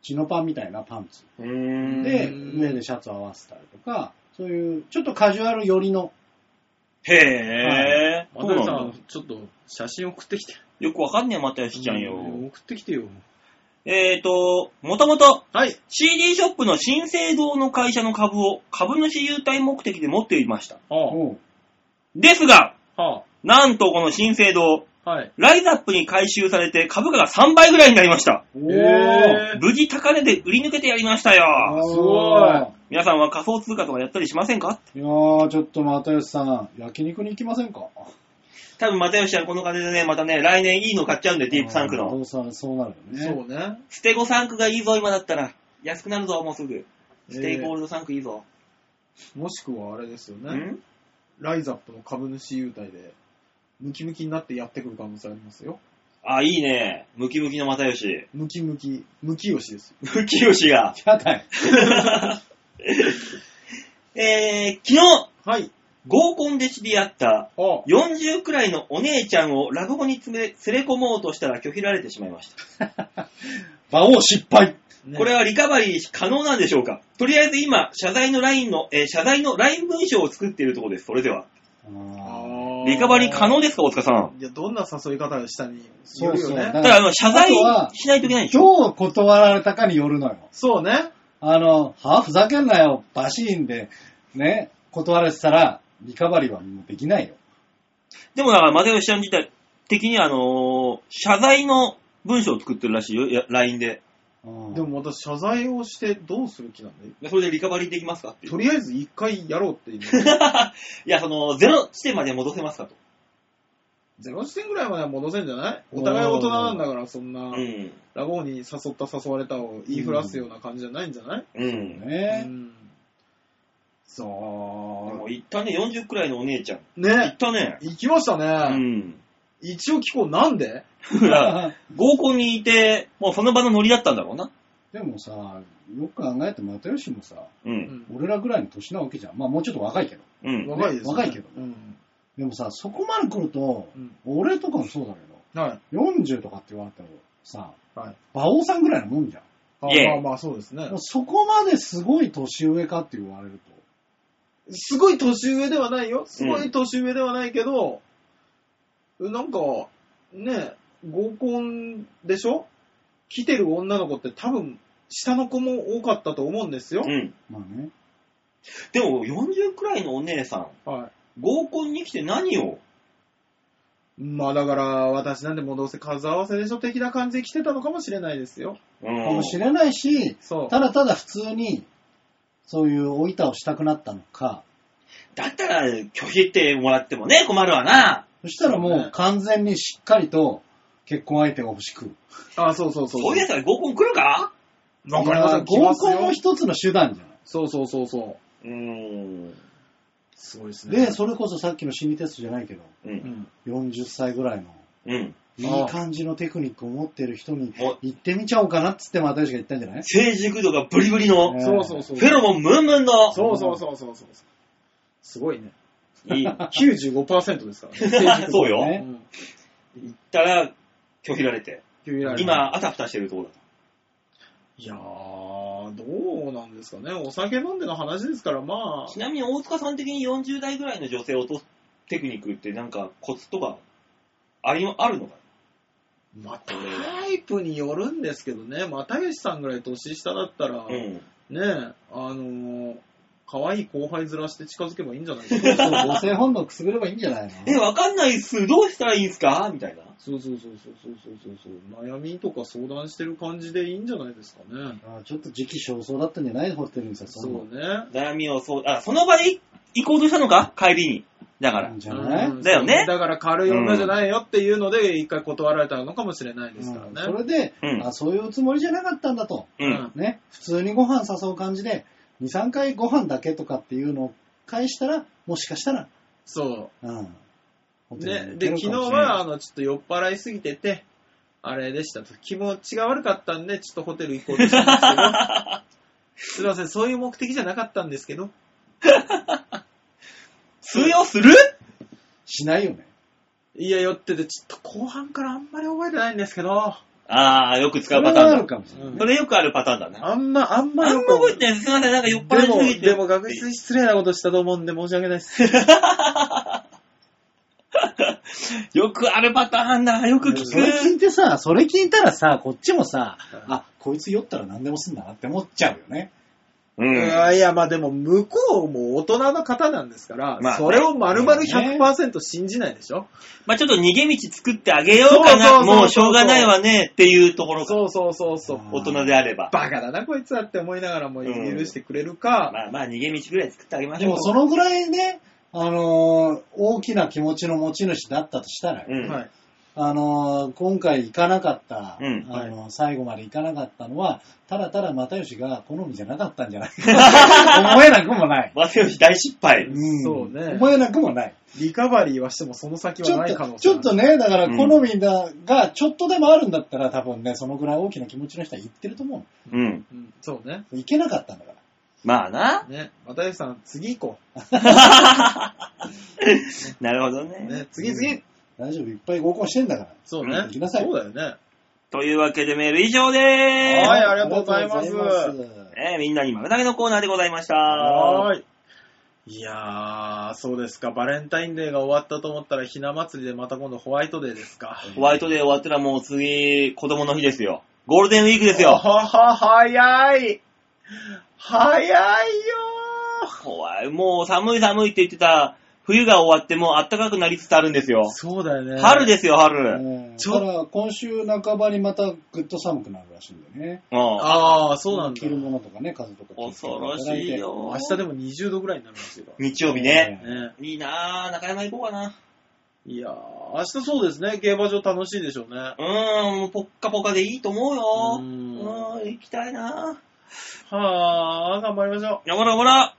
C: チノパンみたいなパンツ。
A: うーん
C: で、
B: うん
C: 上でシャツを合わせたりとか、そういう、ちょっとカジュアル寄りの、
A: へぇー。そう
B: 渡さ
A: なんだ
B: ん、ちょっと写真送ってきて。
A: よくわかんねえ、またよしちゃんよ。
B: 送ってきてよ。
A: えーと、もともと
B: はい。
A: CD ショップの新生堂の会社の株を株主優待目的で持っていました。
B: は
C: を
A: ですが、
B: あ、は
A: なんとこの新生堂、
B: あ、はい。
A: ライザップに回収されて株価が3倍ぐらいになりました。
C: お
B: お
C: ー
B: え
A: 無事高値で売り抜けてやりましたよ。
B: すごい
A: 皆さんは仮想通貨とかやったりしませんか
C: いやー、ちょっと又吉さん、焼肉に行きませんか
A: 多分、又吉ちゃんこの金でね、またね、来年いいの買っちゃうんで、ディープサンク
C: あーど
A: の。
C: うさそうなるよね。
B: そうね。
A: ステゴサンクがいいぞ、今だったら。安くなるぞ、もうすぐ。ステイゴー
B: え
A: ルドサンクいいぞ。
B: ーもしくはあれですよね。
A: ん
B: ライザップの株主優待で、ムキムキになってやってくる可能性ありますよ。
A: あ、いいね。ムキムキの又吉。
B: ムキムキ、ムキヨシですよ。
A: ムキヨシが。
C: やだよ。
A: えー、昨日、
B: はい。
A: 合コンで知り合った
B: は
A: 40くらいのお姉ちゃんを落語に連れ連れ込もうとしたら拒否られてしまいました。
C: 馬王失敗
B: あ、ね
A: これはリカバリー可能なんでしょうかとりあえず今、謝罪のラインの、えー謝罪のライン文章を作っているところです。それでは。
C: あー
B: あー
A: リカバリー可能ですか、大塚さん。
B: いや、どんな誘い方をしたに
C: そ
B: よ
C: う
B: る
C: そ
B: よ
C: う。
B: ね。
A: ただ、あの、謝罪
C: あとは
A: しないといけないんでしょ
C: どう断られたかによるのよ。
B: そうね。
C: あの、はふざけんなよ、バシーンで、ね、断られてたら、リカバリーはもうできないよ。
A: でもだから、マテヨシちゃん自体的には、あのー謝罪の文章を作ってるらしいよ、いや LINE で。
C: うん
B: でも私、謝罪をしてどうする気なんで、
A: それでリカバリーできますかっていう
B: と。りあえず一回やろうっていう。
A: い や、その、ゼロ地点まで戻せますかと。
B: ゼロ地点ぐらいまでは戻せんじゃないお互い大人なんだから、そん
A: う
B: な、
A: ん。
B: ラボーに誘った誘われたを言いふらすような感じじゃないんじゃない
A: うん。
B: う
C: ね。
B: ん
A: で
B: そ
A: も、行ったね、40くらいのお姉ちゃん。
B: う。
A: 行っ
B: ね、
A: たね。
B: 行きました
A: う
B: ね。
A: ん。
B: 一応聞こう。なんで
A: 合コンにいて、もうその場のノリだったんだろうな。
C: でもさ、よく考えて又吉もさ、
A: う。
B: うんん
C: 俺らぐらいの年なわけじゃん。まあもうちょっと若いけど。
A: うん。
B: 若いですよね。
C: 若いけど
B: うん。
C: でもさ、そこまで来ると、
B: うん
C: 俺とかもそうだけど、
B: はい。
C: 40とかって言われたらさ、
B: はい。
C: 馬王さんぐらいのもんじゃん。
B: あ
A: イェイ
B: まあまあ、そうですね
C: でも。そこまですごい年上かって言われる
B: すごい年上ではないよ。すごい年上ではないけど、なんか、ね、合コンでしょ来てる女の子って多分、下の子も多かったと思うんですよ。
A: うん。
C: と。まあね。
A: でも、40くらいのお姉さん、
B: は
A: 合コンに来て何を
B: い。まあだから、私なんでもうどうせ数合わせでしょ的な感じで来てたのかもしれないですよ。
A: う
C: か
A: ん
C: もしれないし、
B: そう。
C: ただただ普通に、そういうお板をしたくなったのか、
A: だったら、拒否ってもらってもね、困るわな。
C: そしたら
B: そう
C: も
B: ね
C: う完全にしっかりと結婚相手が欲しく。
B: あ、そうそうそう。
A: そういうやつが合コン来るか
B: わかりません。
C: いやー合コンも
B: も
C: 一つの手段じゃない。
B: そうそうそうそう。
A: うーん。
B: すごいですね。
C: で、それこそさっきの心理テストじゃないけど、
A: う。
B: うんん。
C: 40歳ぐらいの、
A: うん。
C: いい感じのテクニックを持ってる人に
A: お
C: 行ってみちゃおうかなっつって又吉が言ったんじゃな い
A: 成熟度がブリブリの、
C: ね
B: そうそうそう。
A: フェロモンムンムンの、
B: そうそうそうそうそう。すごいね。
A: いい。
B: 95%ですからね。
A: そうよ。
C: ね
B: うん
A: 行ったら、拒否られて。
B: 急にやられた
A: 今、あたふたしてるところだ。
B: いやー、どうなんですかね。お酒飲んでの話ですから、まあ
A: ち、なみに大塚さん的に40代ぐらいの女性を落とすテクニックってなんかコツとかありあるのか
B: まあ、タイプによるんですけどね、又吉さんぐらい年下だったら、
A: なうん。
B: ねえ、あのー、可愛い後輩ずらして近づけばいいんじゃないか
C: そう
B: な。
C: そう、母性本能くすぐればいいんじゃない
A: え、
C: の
A: わかんないっす。どうしたらいいんすかみたいな。
B: そうそうそうそうそうそうそうそう。悩みとか相談してる感じでいいんじゃないですかね。
C: あちょっと時期尚早だったんじゃないホテルにさ、
B: そ
C: んな
B: うね。
A: 悩みをそう、あ、その場でい行こうとしたのか帰りに。だから
C: ん。じゃない、
B: うん
A: だよね
B: だから軽い女じゃないよっていうので、一回断られたのかもしれないですからね。
C: うんそれで、
A: うん
C: あ、そういうつもりじゃなかったんだと。
A: う。
B: うん
C: ね、普通にご飯誘う感じで、2、3回ご飯だけとかっていうのを返したら、もしかしたら、
B: そ
C: うん。ホ
B: う。
C: テ
B: ね、
C: ルに行け
B: で、昨日
C: るかもしれない
B: は、あの、ちょっと酔っ払いすぎてて、あれでしたと。気持ちが悪かったんで、ちょっとホテル行こうとしたんです けど、すいません、そういう目的じゃなかったんですけど、
A: 通用する
C: しないよね。
B: いや、酔ってて、ちょっと後半からあんまり覚えてないんですけど、
A: あー、よく使
C: そうれ
A: パター
C: はあ
A: ン
C: る
A: だ。
C: かもしれない。
A: それよくあるパターンだな。
B: あんま、あんま
A: あ
B: よ
A: ん
B: く
A: ま覚えてない。すいません、なんか酔っ払いすぎて。
B: でも、でも学術失礼なことしたと思うんで申し訳ないです。
A: よくあるパターンだ。よく聞
C: それ聞
A: く。
C: いてさ、それ聞いたらさ、こっちもさ、
B: うん
C: あ、こいつ酔ったら何でもすんだなって思っちゃうよね。
A: う
B: いやいや、まあでも、向こうも大人の方なんですから、
A: まあね
B: それを丸々100%信じないでしょ、
A: まあちょっと逃げ道作ってあげようか
B: そうそうそう
A: な。
B: そう
A: もうしょうがないわねっていうところか。
B: そうそうそうそう。
C: うん
A: 大人であれば。
B: バカだな、こいつはって思いながらも許
A: うん
B: してくれるか、
A: まあまあ逃げ道ぐらい作ってあげまし
C: で
A: ょう。
C: もそのぐらいね、あのー大きな気持ちの持ち主だったとしたらよ、
A: うん。
B: はい。
C: あのー今回行かなかった、
A: うん
C: あのー最後まで行かなかったのは、ただただ又吉が好みじゃなかったんじゃないか思えなくもない。
A: マセヨシ大失敗。
C: ん
B: そうね
C: 思えなくもない。
B: リカバリーはしてもその先
C: ち
B: は
C: ょ
B: な
C: っ
B: い可
C: と、
B: 能
C: ち
B: 性
C: ょっとね、だから
A: うん
C: 好みだが、ちょっとでもあるんだったら、多分ね、そのぐらい大きな気持ちの人は行ってると思
A: うん。
B: うん、そうね。
C: う。行けなかったんだから。
A: まあな。
B: ね。又吉さん、次行こ
A: なるほど
B: う。
A: ね。
B: ね、次次、
C: 大丈夫、いっぱい合コンしてんだから。
B: そうね
A: うん
C: 行。きなさい
B: そうだよね。
A: というわけでメール以上でーす。
B: はいありがとうございます
C: ありがとうございます
A: えーみんなに丸投げのコーナーでございました。
B: はーい。いやー、そうですか。バレンタインデーが終わったと思ったら、ひな祭りでまた今度ホワイトデーですか。
A: ホワイトデー終わったらもう次、子供の日ですよ。ゴールデンウィークですよ。
B: はは、早い。早いよ
A: 怖い。もう寒い寒いって言ってた冬が終わってもう暖かくなりつつあるんですよ。
B: そうだよね。
A: 春ですよ、春。
C: えー
B: ちょ
C: ただ、今週半ばにまたぐっと寒くなるらしいんでね。
A: うん
B: ああ、そうなんだ。
C: 着るものとかね、風とか気をつけて
A: 恐ろしいよ。
B: 明日でも20度ぐらいになるんですよ。
A: 日曜日ね。
B: ね、
A: いいなぁ、中山行こうかな。
B: いやー、明日そうですね。競馬場楽しいでしょうね。
A: うーん、もうポッカポカでいいと思う
B: う
A: よ。うー
B: ん
A: ん、行きたいな
B: はあ、頑張りましょ
A: ぁ。やばらやばら。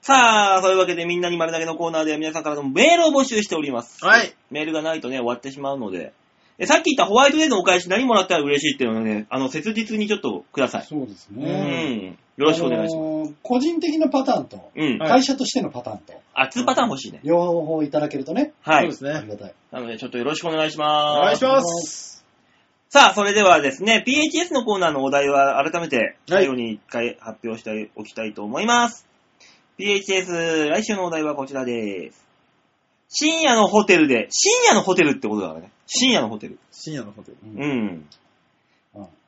A: さあ、そういうわけでみんなに丸投げのコーナーでは皆さんからのメールを募集しております。
B: う。はい。
A: メールがないとね、終わってしまうので。え、さっき言ったホワイトデーのお返し何もらったら嬉しいっていうのをね、あの、切実にちょっとください。
C: そうです
A: う
C: ね。
A: ん。よろしくお願いします。
C: ます。個人的なパターンと、
A: うん。
B: はい
C: 会社としてのパターンと、
A: あ、2パターン欲しいね。
C: 両方いただけるとね、
A: は
B: そう
A: い
B: で。す
C: あり
B: ね。
C: がたい。
A: なので、ちょっとよろしくお願いしま
B: お
A: す。
B: 願いしま。
C: お願いします
A: さあ、それではですね、PHS のコーナーのお題は改めて
B: はい
A: 最後に一回発表しておきたいと思います。PHS、来週のお題はこちらです。深夜のホテルで、深夜のホテルってことだからね。深夜のホテル。
B: 深夜のホテル。
A: う
C: うん
A: ん。
C: うん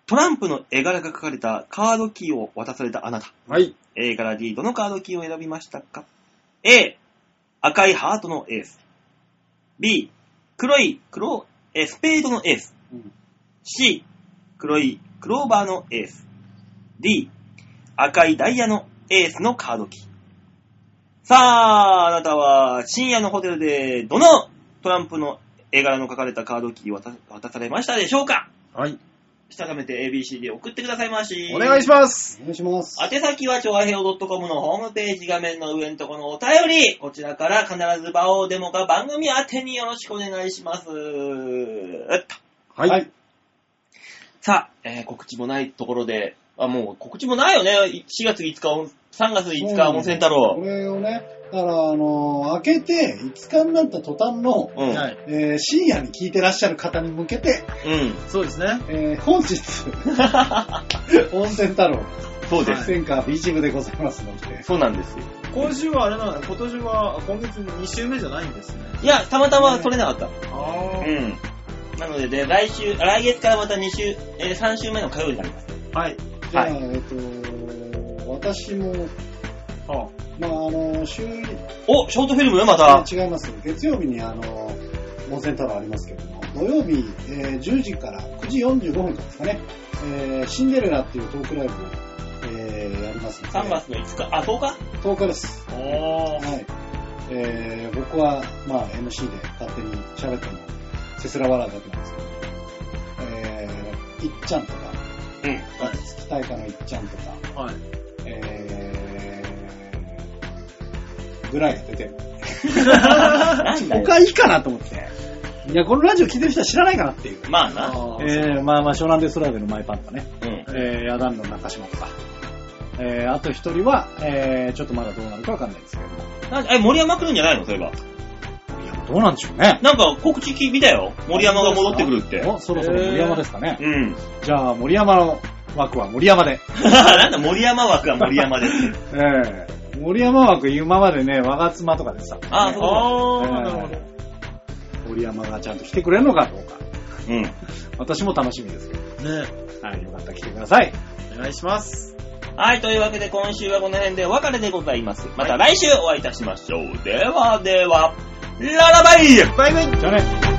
A: トランプの絵柄が書かれたカードキーを渡されたあなた。
B: はい。
A: A から D、どのカードキーを選びましたか ?A、赤いハートのエース。B、黒い、黒、え、スペードのエース。
C: うん
A: C、黒い、クローバーのエース。D、赤いダイヤのエースのカードキー。さあ、あなたは深夜のホテルでどのトランプの絵柄の書かれたカードキーを渡渡されましたでしょうか
B: はい。
A: したためて ABC で送ってくださいまし。
B: お願いします。
C: お願いします。
A: 宛先は、超和平洋 .com のホームページ画面の上のところのお便り、こちらから必ず場をデモか番組宛てによろしくお願いします。えっと
B: は
C: はいい。
A: さあ、えー告知もないところで、あ、もう告知もないよね。4月5日を、3月5日、温泉太
C: こ
A: 郎。
C: れをね、だから、あのー開けて5日になった途端の、
A: うん。
B: はい。
C: えー深夜に聞いてらっしゃる方に向けて、
A: うん。
B: そうですね。
C: え ー本日、温泉太郎、
A: そうで
B: は
A: す。
B: い
C: 戦火 B チームでございますので、
A: そうなんですよ。
B: 今週はあれなの今年は、今月2週目じゃないんですね。
A: いや、たまたま取れなかっ
B: あ
A: た。うん。なので、ね、来週、来月からまた2週、えー3週目の火曜日になります。
B: あ。はい。
C: じゃあ、
A: はい
C: えっ、と、私も、
B: あ
C: まあ、あの、週、
A: お、ショートフィルムまた。
C: 違います。月曜日に、あの、温泉太郎ありますけども、土曜日、えー10時から9時45分からですかね、えーシンデレラっていうトークライブを、えーやりますので、
A: 3月の5日、あ、10日
C: 10日です。
B: おー。
C: はい。えー僕は、まあ、MC で勝手に喋っても、せすら笑うだけなんですけど、えー、いっちゃんとか、
A: うん。
C: ガッツキ大会のいっちゃんとか、
B: はい。
C: えー、ぐらいが出てる。
A: なんだよ
C: 他いいかなと思って。いや、このラジオ聞いてる人は知らないかなっていう。
A: まあ
B: あ
A: な。
B: ー
C: えー、まあまあ、湘南デスラーベのマイパンとかね、
A: うん。
C: えー、ヤダンの中島とか、えー、あと一人は、えー、ちょっとまだどうなるかわかんないですけれども、
A: なんえ、森山来るんじゃないのそういえば。
C: いや、どうなんでしょうね。
A: なんか告知聞いたよ。森山が戻ってくるって。
C: お、そろそろ森山ですかね。
A: うん。
C: じゃあ、森山の枠は森山で。
A: なんだ、森山枠は森山です。
C: ええ森山枠今までね、我が妻とかでさ、
A: ああ、そ
B: あー、
C: えー
B: なるほど。
C: 森山がちゃんと来てくれるのかどうか。
A: う。うん。
C: 私も楽しみですけど。
B: ね
C: はい、よかったら来てください。
B: お願いします。
A: はい、というわけで今週はこの辺でお別れでございます。また来週お会いいたしましょう。ではでは、ララバイ
B: バイバイ
C: じゃあね。